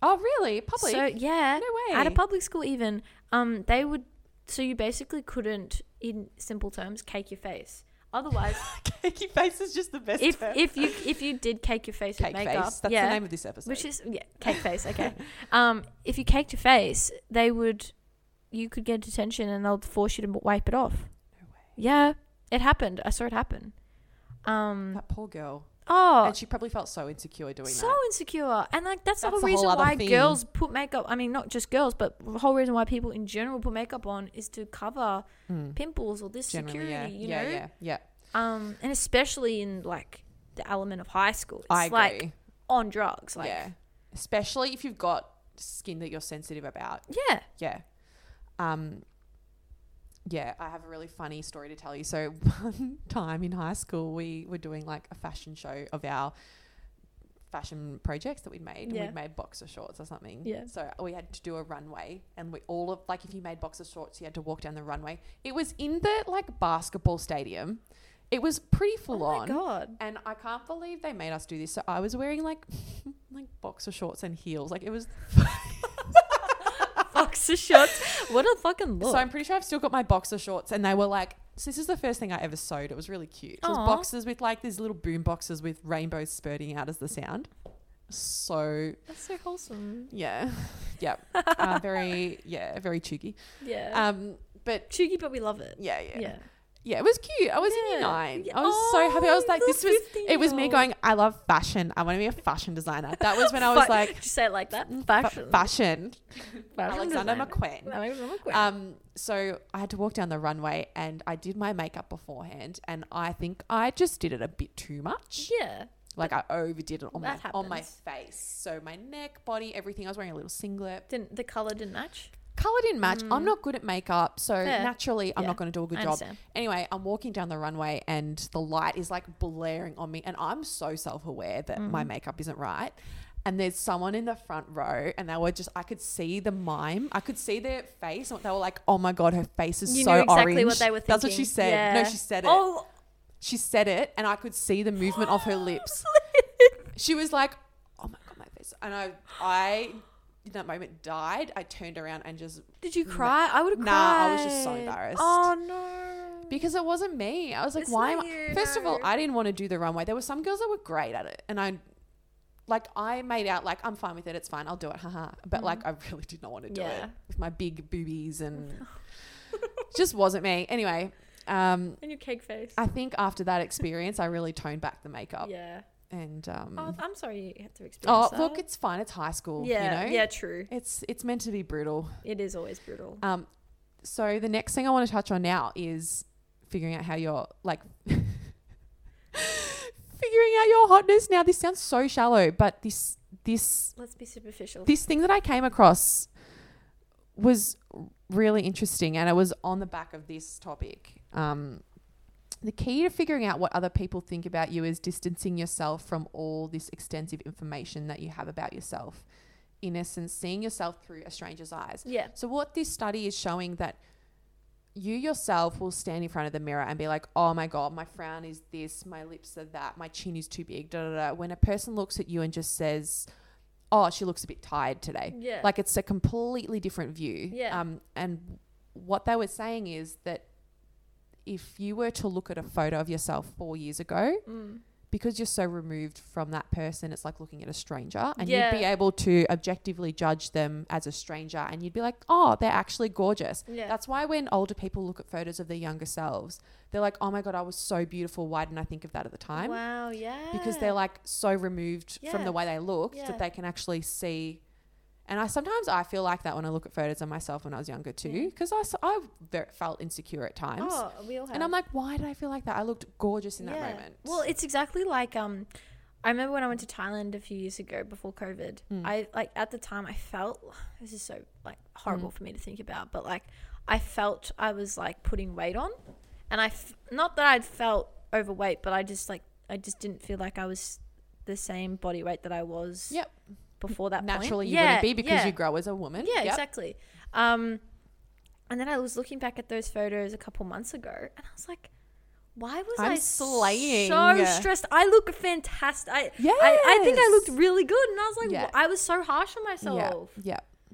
Oh really? Public. So yeah, No At a way. public school, even um, they would. So you basically couldn't, in simple terms, cake your face. Otherwise, Cakey face is just the best. if term. if you if you did cake your face cake with makeup, face, that's yeah, the name of this episode. which is yeah, cake face. Okay, um, if you caked your face, they would, you could get detention and they'll force you to wipe it off. no way. Yeah, it happened. I saw it happen. Um, That poor girl. oh, And she probably felt so insecure doing so that. insecure and like that's, the That's whole a whole reason other why thing. girls put makeup i mean not just girls but the whole reason why people in general put makeup on is to cover Hmm. pimples or this Generally, security yeah, you yeah, know yeah, yeah. um and especially in like the element of high school it's I agree. like on drugs like yeah, yeah, especially if you've got skin that you're sensitive about. Yeah, um, yeah. I have a really funny story to tell you. So one time in high school, we were doing like a fashion show of our fashion projects that we'd made. and Yeah. We'd made boxer shorts or something. Yeah. So we had to do a runway, and we all of like if you made boxer shorts, you had to walk down the runway. It was in the like basketball stadium. It was pretty full oh on. my god And I can't believe they made us do this. So I was wearing like like boxer shorts and heels. Like it was boxer shorts what a fucking look So I'm pretty sure I've still got my boxer shorts and they were like so this is the first thing I ever sewed. It was really cute. It was Aw. boxes with like these little boom boxes with rainbows spurting out as the sound. So that's so wholesome yeah. Yeah. uh, very yeah, very cheeky. yeah Um but chuggy but we love it yeah, yeah. yeah, Yeah, it was cute. I was in year Yeah. nine. Yeah. I was so happy. I was Oh, like, the this was it was me 15-year-old. going, I love fashion. I want to be a fashion designer. That was when I was Fa- like Did you say it like that Fa- fashion fashion. Fashion Alexander designer. McQueen. Alexander McQueen. Um, so I had to walk down the runway and I did my makeup beforehand and I think I just did it a bit too much. yeah Like I overdid it on my That on my happens. face. So my neck, body, everything. I was wearing a little singlet. didn't the color didn't match Color didn't match. I'm not good at makeup, so Mm. Fair. naturally I'm Yeah, not going to do a good I job. understand. Anyway, I'm walking down the runway and the light is like blaring on me, and I'm so self aware that Mm-hmm. my makeup isn't right. And there's someone in the front row, and they were just, I could see the mime. I could see their face. And they were like, oh my God, her face is You so knew exactly orange. what they were thinking. That's what she said. Yeah. No, she said it. Oh, She said it, and I could see the movement of her lips. She was like, oh my God, my face. And I, I, in that moment, died. I turned around and just did you cry? I would have Nah, cried. I was just so embarrassed. Oh no. Because it wasn't me. I was like, It's why am not I? you, First of all, no. I didn't want to do the runway. There were some girls that were great at it. And I, like, I made out, like, I'm fine with it. It's fine. I'll do it. Haha. But, like, I really did not want to do Mm-hmm. Yeah. it with my big boobies and just wasn't me. Anyway, um, And your cake face. I think after that experience, I really toned back the makeup. yeah. And, um, Oh, I'm sorry you had to experience oh, that. look, it's fine. It's high school. yeah, You know? yeah, true. It's, it's meant to be brutal. It is always brutal. Um, so the next thing I want to touch on now is figuring out how you're like figuring out your hotness. Now this sounds so shallow, but this this Let's be superficial. this thing that I came across was really interesting, and it was on the back of this topic. Um, the key to figuring out what other people think about you is distancing yourself from all this extensive information that you have about yourself. In essence, seeing yourself through a stranger's eyes. yeah. So what this study is showing that you yourself will stand in front of the mirror and be like, "Oh my god, my frown is this, my lips are that, my chin is too big." Da da da. When a person looks at you and just says, "Oh, she looks a bit tired today," Yeah. like it's a completely different view. Yeah. Um, and what they were saying is that if you were to look at a photo of yourself four years ago, Mm. because you're so removed from that person, it's like looking at a stranger, and Yeah. you'd be able to objectively judge them as a stranger, and you'd be like, oh, they're actually gorgeous. Yeah. That's why when older people look at photos of their younger selves, they're like, oh my God, I was so beautiful. Why didn't I think of that at the time? wow. Yeah. Because they're like so removed from Yeah. the way they looked Yeah. that they can actually see. And I sometimes I feel like that when I look at photos of myself when I was younger too, because I, s- I ve- felt insecure at times. Oh, we all have. And I'm like, why did I feel like that? I looked gorgeous in that Yeah. moment. Well, it's exactly like um I remember when I went to Thailand a few years ago before COVID. Hmm. I like at the time I felt this is so like horrible Hmm. for me to think about, but like I felt I was like putting weight on and I f- not that I'd felt overweight, but I just like I just didn't feel like I was the same body weight that I was Yep. before that point. naturally you Yeah, wouldn't be because yeah. you grow as a woman. Yeah, Yep. exactly. Um, and then I was looking back at those photos a couple months ago, and I was like, "Why was I'm I slaying. so stressed? I look fantastic. I, I, I think I Yes. looked really good, and I was like, Yeah. "Wh- I was so harsh on myself. Yeah.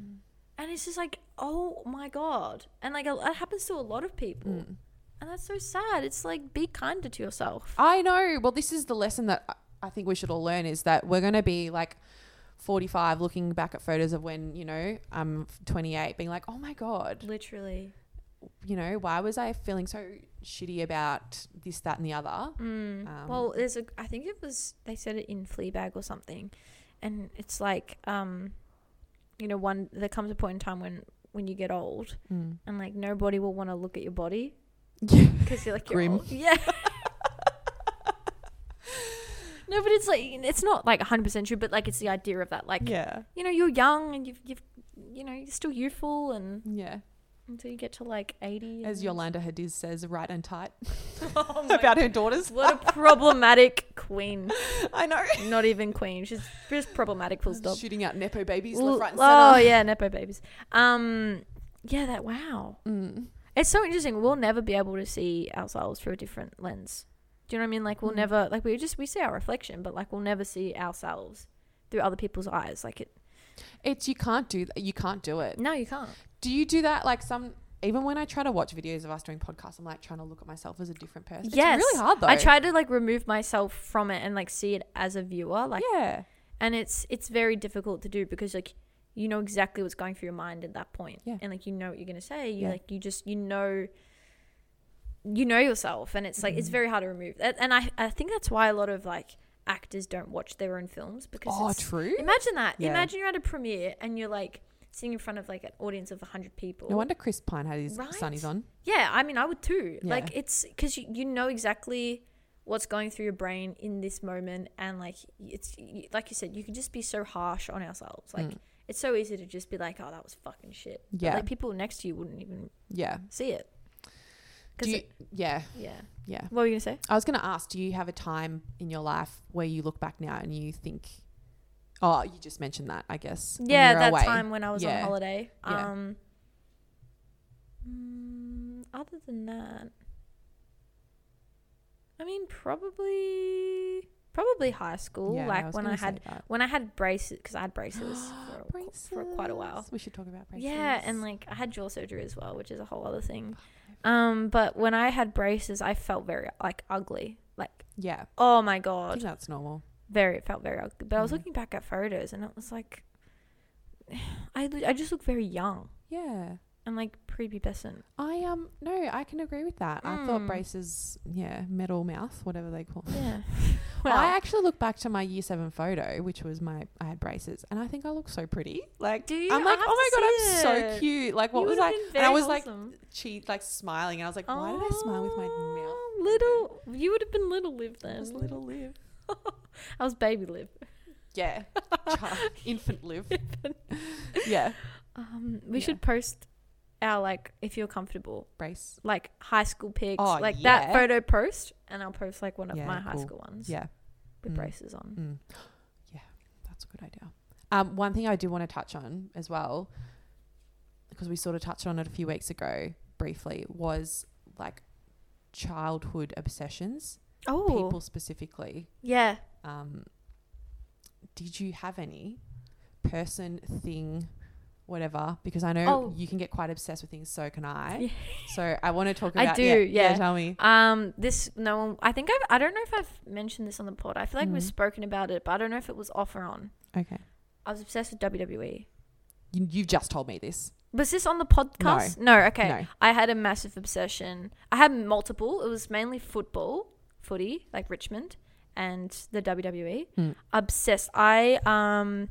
Yep. And it's just like, oh my god, and like it happens to a lot of people, Mm. and that's so sad. It's like be kinder to yourself. I know. Well, this is the lesson that I- I think we should all learn is that we're going to be like 45 looking back at photos of when, you know, I'm 28 being like, "Oh my god, Literally, you know, why was I feeling so shitty about this that and the other?" Mm. Um, well, there's a. I think it was they said it in Fleabag or something, and it's like, um, you know, one there comes a point in time when when you get old Mm. and like nobody will want to look at your body because you're like you're Grim. old. Yeah. no, but it's like it's not like 100 percent true, but like it's the idea of that. Like yeah. you know, you're young and you've you've you know you're still youthful and Yeah. until you get to like 80. As and- Yolanda Hadiz says, right and tight Oh my about her daughters. What a problematic queen. I know. Not even queen. She's just problematic. Full stop. Shooting out nepo babies Well, left, right, and oh center. yeah, nepo babies. Um, yeah, that wow. Mm. It's so interesting. We'll never be able to see ourselves through a different lens. Do you know what I mean? Like we'll Mm. never like we just we see our reflection, but like we'll never see ourselves through other people's eyes. Like it. It's you can't do that. You can't do it. No, you can't. Do you do that? Like some, even when I try to watch videos of us doing podcasts, I'm like trying to look at myself as a different person. yes, it's really hard though. I try to like remove myself from it and like see it as a viewer. Like, yeah, and it's it's very difficult to do because like you know exactly what's going through your mind at that point Yeah. and like you know what you're going to say you Yeah. like you just you know you know yourself and it's like Mm-hmm. it's very hard to remove that and i i think that's why a lot of like actors don't watch their own films because oh, it's, true. imagine that Yeah. imagine you're at a premiere and you're like sitting in front of like an audience of 100 people No wonder Chris Pine had his Right? sunnies on. yeah, I mean, I would too. Yeah. Like, it's because you, you know exactly what's going through your brain in this moment, and like it's y- like you said, you can just be so harsh on ourselves. Like, Mm. it's so easy to just be like, "Oh, that was fucking shit." But, Yeah. like people next to you wouldn't even Yeah. see it. Do Because you, yeah, yeah, yeah. what were you gonna say? I was going to ask, do you have a time in your life where you look back now and you think, oh, you just mentioned that, I guess. when Yeah, you're that away. time when I was on Yeah. holiday. Yeah. Um, mm, other than that, I mean, probably probably high school. Yeah, like was when I gonna say had that. when I had braces, because I had braces for, a- for quite a while. Braces. We should talk about braces. Oh, Yeah, and like I had jaw surgery as well, which is a whole other thing. Um, but when I had braces, I felt very like ugly. Like, yeah, oh my I think god, that's normal. very it felt very ugly. But I was Mhm. looking back at photos, and it was like, I li- I just look very young Yeah. and like prepubescent. I um no, I can agree with that. I thought Mm. braces, yeah, metal mouth, whatever they call. Yeah. Well, well, I actually look back to my year seven photo, which was my I had braces, and I think I look so pretty. Like, Do you? I'm I like, have oh to my god, see I'm so it. cute. Like, what You was would've I? been And I very was like, wholesome. cheat, like smiling, and I was like, why did I smile with my mouth? Oh, open? Little, you would have been little Liv It then. was little live. I was baby Liv. Yeah, Child- infant live. yeah, Um, we Yeah. should post our like if you're comfortable, brace. like high school pics, Oh, like that yeah. photo post, and I'll post like one of Yeah, my high cool. school ones Yeah. with Mm. braces on. Mm. Yeah, that's a good idea. Um, one thing I do want to touch on as well, because we sort of touched on it a few weeks ago briefly, was like childhood obsessions, Oh, people specifically. yeah. Um, did you have any person, thing, whatever, because I know Oh. you can get quite obsessed with things. So can I. Yeah. So I want to talk I about. do, yeah. Tell me. Um, this no one. I think I've. I don't know if I've mentioned this on the pod. I feel like Mm. we've spoken about it, but I don't know if it was off or on. Okay. I was obsessed with WWE. You, you've just told me this. Was this on the podcast? No. okay. No. I had a massive obsession. I had multiple. It was mainly football, footy, like Richmond, and the WWE. Mm. Obsessed. I um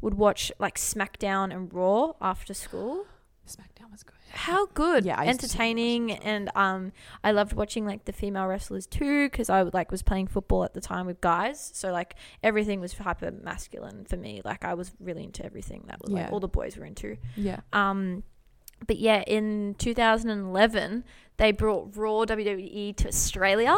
would watch like SmackDown and Raw after school. SmackDown was good. How good, Yeah, I used to watch entertaining, that. and um, I loved watching like the female wrestlers too because I like was playing football at the time with guys, so like everything was hyper masculine for me. Like I was really into everything that was Yeah. like all the boys were into. Yeah. Um, but yeah, in 2011, they brought Raw WWE to Australia.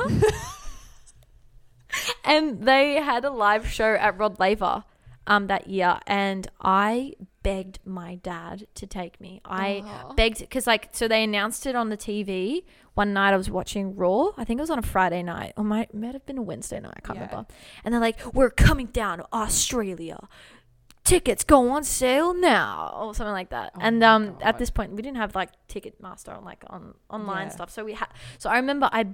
and they had a live show at Rod Laver um, that year. And I begged my dad to take me. I Oh. begged, because, like, so they announced it on the TV. One night I was watching Raw. I think it was on a Friday night. Or might, might have been a Wednesday night. I can't Yeah. remember. And they're like, we're coming down to Australia tickets go on sale now or something like that Oh and my um God. at this point we didn't have like ticketmaster on like on online Yeah. stuff so we had so i remember i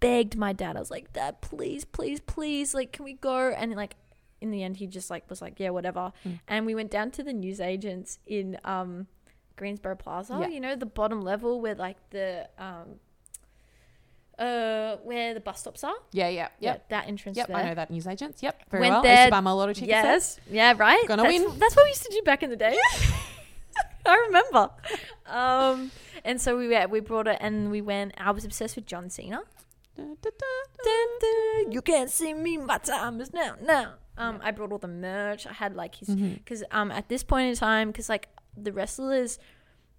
begged my dad i was like dad please please please like can we go and like in the end he just like was like yeah whatever Mm. and we went down to the newsagents in um greensboro plaza Yeah. you know the bottom level where like the um uh where the bus stops are Yeah. Yeah. yeah Yep. that entrance Yep. there I know that newsagents. Yep. Very Went well. I used there, to buy my lotto tickets. there. Yes. Yeah, right? Gonna that's, win. That's what we used to do back in the day. I remember. Um, and so we yeah, we brought it and we went. I was obsessed with John Cena. Dun, dun, dun. Dun, dun, you can't see me, my time is now, now. Um, I brought all the merch. I had like his Mhm. because um at this point in time because like the wrestlers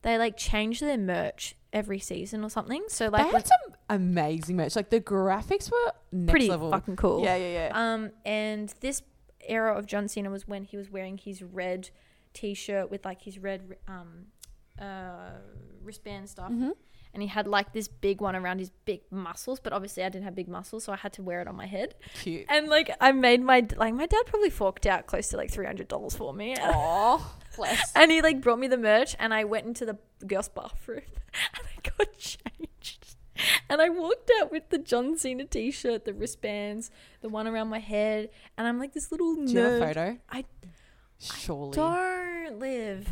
they like change their merch every season or something so They like had some amazing merch. Like the graphics were next pretty level. fucking cool Yeah. Yeah. Yeah. Um, and this era of John Cena was when he was wearing his red T-shirt with like his red um, uh, wristband stuff, Mhm. and he had like this big one around his big muscles. But obviously, I didn't have big muscles, so I had to wear it on my head. Cute. And like, I made my like my dad probably forked out close to like three hundred dollars for me. Oh, bless. And he like brought me the merch, and I went into the girls' bathroom, and I got changed, and I walked out with the John Cena T-shirt, the wristbands, the one around my head, and I'm like this little Do you have a nerd. photo? I Surely. don't live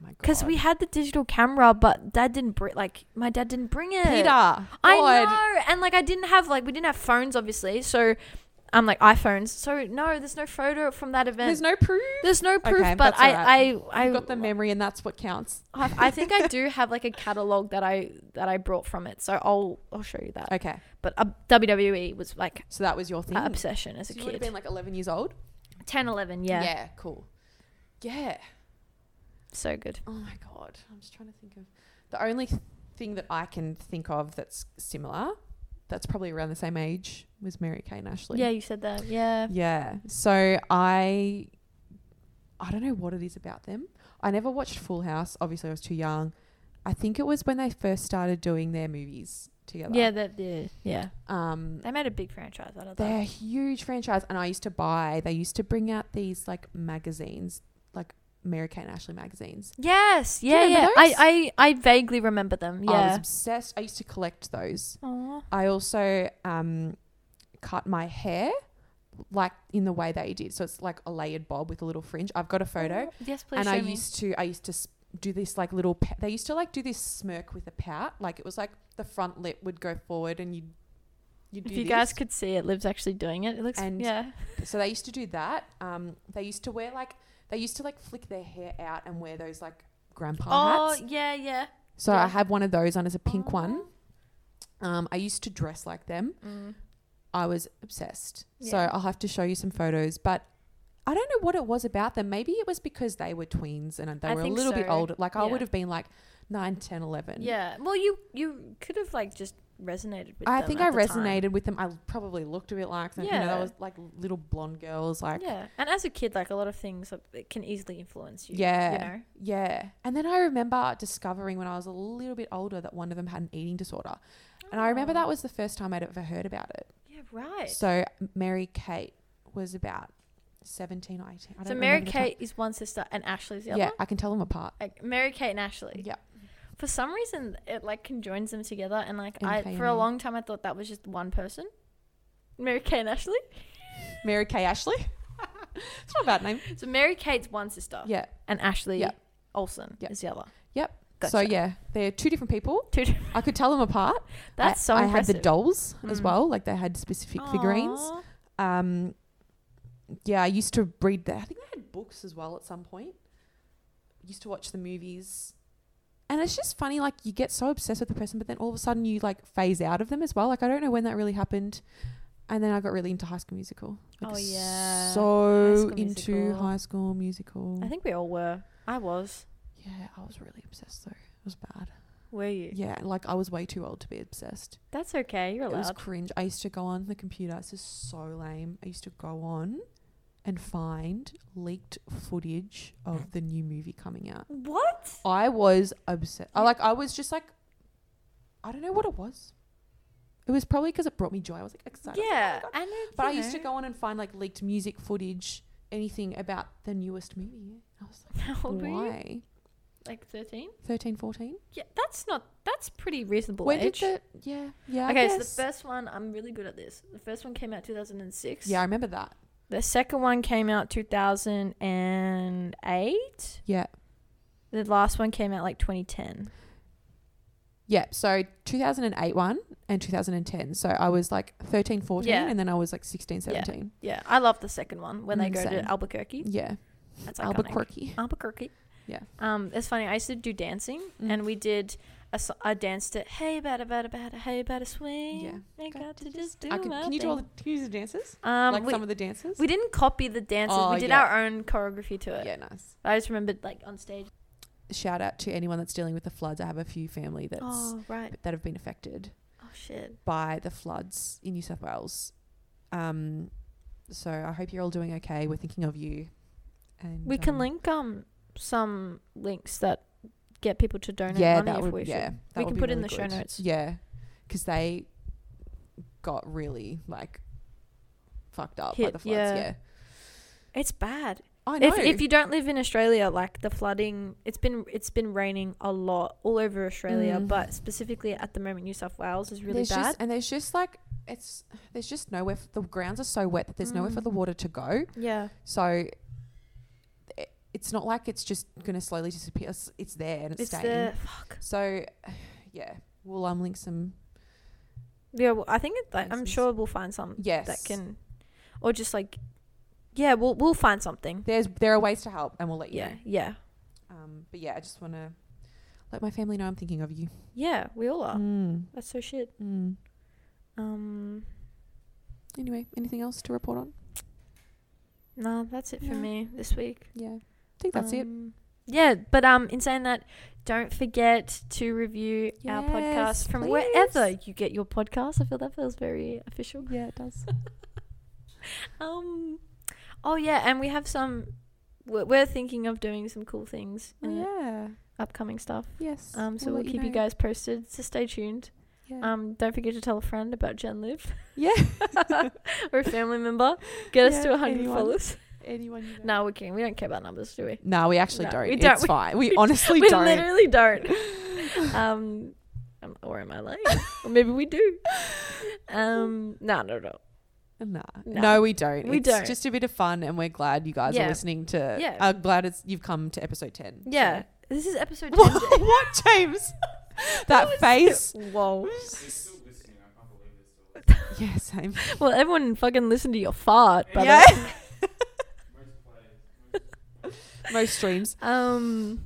My Oh, God. because we had the digital camera, but Dad didn't bring like my dad didn't bring it. Peter. God. I know, and like I didn't have like we didn't have phones obviously, so I'm like iPhones. So no, there's no photo from that event. There's no proof. There's no proof, Okay, but that's I, I, I I got the memory, and that's what counts. I I think I do have like a catalog that I that I brought from it, so I'll I'll show you that. Okay, But uh, WWE was like so that was your thing. an obsession as so a you would have kid. been like 11 years old. 10, 11, yeah. Yeah. Cool. Yeah. so good. Oh my god. I'm just trying to think of the only th- thing that I can think of that's similar. That's probably around the same age was Mary Kay and Ashley. Yeah, you said that. Yeah, Yeah. So I I don't know what it is about them. I never watched Full House. Obviously, I was too young. I think it was when they first started doing their movies together. yeah, that yeah, yeah. Um They made a big franchise out of they're that. a huge franchise and I used to buy they used to bring out these like magazines, like Mary Kay and Ashley magazines. Yes, you yeah, yeah. remember those? Oh, I, I I vaguely remember them. I was Yeah. obsessed. I used to collect those. Aw. I also um, cut my hair like in the way they did. So it's like a layered bob with a little fringe. I've got a photo. Yes, please and show I me. used to I used to s- do this like little pa- they used to like do this smirk with a pout. Like it was like the front lip would go forward and you'd you'd if do you this. guys could see it, Liv's actually doing it. It looks And- yeah. So they used to do that. Um, they used to wear like they used to like flick their hair out and wear those like grandpa Oh hats. yeah, yeah. So yeah. Oh. I have one of those on as a pink one. Aw. Um, I used to dress like them. Mm. I was obsessed. So Yeah. I'll have to show you some photos, but I don't know what it was about them. Maybe it was because they were tweens and they I were a think little bit so. older. Like I Yeah. would have been like 9, 10, 11. Yeah. Well, you you could have like just resonated with. I them think at I the time. resonated with them. I probably looked a bit like them. You know, Yeah. that was like little blonde girls. Like, yeah. yeah, and as a kid, like a lot of things like, it can easily influence you. Yeah. You know. And then I remember discovering when I was a little bit older that one of them had an eating disorder. And I remember Oh. that was the first time I'd ever heard about it. Yeah. Right. So Mary Kate was about 17 or 18. I don't So remember Mary the time. Kate is one sister and Ashley's the other. Yeah, I can tell them apart. Like Mary Kate and Ashley. Yeah. For some reason, it like conjoins them together, and like And I for a KMA. long time I thought that was just one person. Mary Kate and Ashley. Mary Kay Ashley. it's not a bad name. So Mary Kate's one sister, Yeah. and Ashley Yep. Olsen Yep. is the other. Yep. So Gotcha. yeah, they're two different people. Two different- I could tell them apart. That's I, so I had impressive. the dolls as Mm. well. Like they had specific figurines. Aw. Um, yeah, I used to read that. I think they had books as well at some point. Used to watch the movies. And it's just funny, like you get so obsessed with the person, but then all of a sudden you like phase out of them as well. Like I don't know when that really happened. And then I got really into High School Musical. Like, Oh, yeah. High so School into Musical. High School Musical. I think we all were. I was. yeah, I was really obsessed though. It was bad. Were you? Yeah, like I was way too old to be obsessed. That's okay. You're It was allowed. cringe. I used to go on the computer. This is so lame. I used to go on and find leaked footage of the new movie coming out. What? I was obsessed. I like. I was just like, I don't know what it was. It was probably because it brought me joy. I was like excited. I was like, Yeah. oh my God. and it- but you I used to know. go on and find like leaked music footage, anything about the newest movie. I was like, How old were you? why? Like thirteen? 13, 14? Yeah, that's not. That's pretty reasonable When did age. the yeah yeah? I okay, so the guess. first one. I'm really good at this. The first one came out 2006. Yeah, I remember that. The second one came out 2008. Yeah. The last one came out like 2010. Yeah, so 2008 one and 2010. So I was like 13, 14, Yeah. and then I was like 16, 17. Yeah, I love the second one when they Mm, go same. to Albuquerque. Yeah. That's iconic. Albuquerque. Albuquerque. Yeah. Um, it's funny. I used to do dancing, Mm. and we did a, so- a dance to "Hey, bada bada bada, hey, bada swing." Yeah. I got to just do I could, my can you do all the, thing." can you do the dances? um, like we, some of the dances? we didn't copy the dances. Oh, we did yeah. our own choreography to it. yeah, nice. I just remembered like on stage. Shout out to anyone that's dealing with the floods. I have a few family that's Oh right. that have been affected Oh shit. by the floods in New South Wales. Um, so I hope you're all doing okay. We're thinking of you. And We can um, link um some links that get people to donate yeah, money that if would, we should. yeah, that We would can be put it in really the show good. notes. Yeah, because they got really like fucked up by Hit, the floods. yeah. Yeah, It's bad. I know. If if you don't live in Australia, like the flooding, it's been it's been raining a lot all over Australia, Mm. but specifically at the moment, New South Wales is really there's bad. just, and there's just like it's there's just nowhere. For, the grounds are so wet that there's nowhere for Mm. the water to go. yeah, So it, it's not like it's just gonna slowly disappear. It's, it's there and it's, it's staying. the fuck. So yeah, we'll um link some. Yeah, well, I think it, like, I'm Places. sure we'll find some Yes, that can, or just like, yeah, we'll we'll find something. There's there are ways to help, and we'll let you Yeah, know. yeah, Um, but yeah, I just want to let my family know I'm thinking of you. yeah. We all are. Mm. That's so shit. Mm. Um, Anyway, anything else to report on? nah, that's it for No. me this week. Yeah. I think that's it. Um, Yeah, but um, in saying that, don't forget to review our Yes, podcast from please. wherever you get your podcast. I feel that feels very official. Yeah, it does. Um, oh yeah, and we have some. We're, we're thinking of doing some cool things in the Oh, Um, yeah. upcoming stuff. Yes. Um, so we'll, let keep you know. guys posted. So stay tuned. Yeah. Um, don't forget to tell a friend about Jen Live yeah. or a family member. Get us Yeah, to 100 anyone. followers. Anyone you no, we're kidding. We don't care about numbers, do we? No, we actually No, don't. we don't. It's fine. We we honestly we don't. literally don't. um, um, or am I lying? or maybe we do. Um, no, no, no. nah. No. No. we don't. We it's don't. just a bit of fun and we're glad you guys Yeah. are listening to Yeah. I'm glad it's you've come to episode 10. so- Yeah, this is episode ten. What, what, James? that face. Whoa. Yeah, same. Well, everyone fucking listen to your fart, but Yeah. Most streams. um,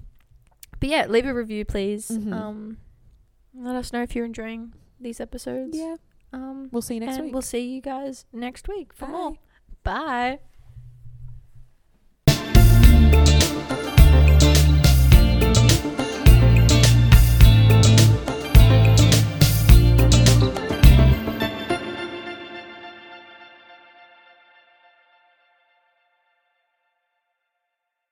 but yeah, leave a review, please. Mhm. Um, let us know if you're enjoying these episodes. Yeah. Um, We'll see you next and week. we'll see you guys next week for Bye. more. Bye.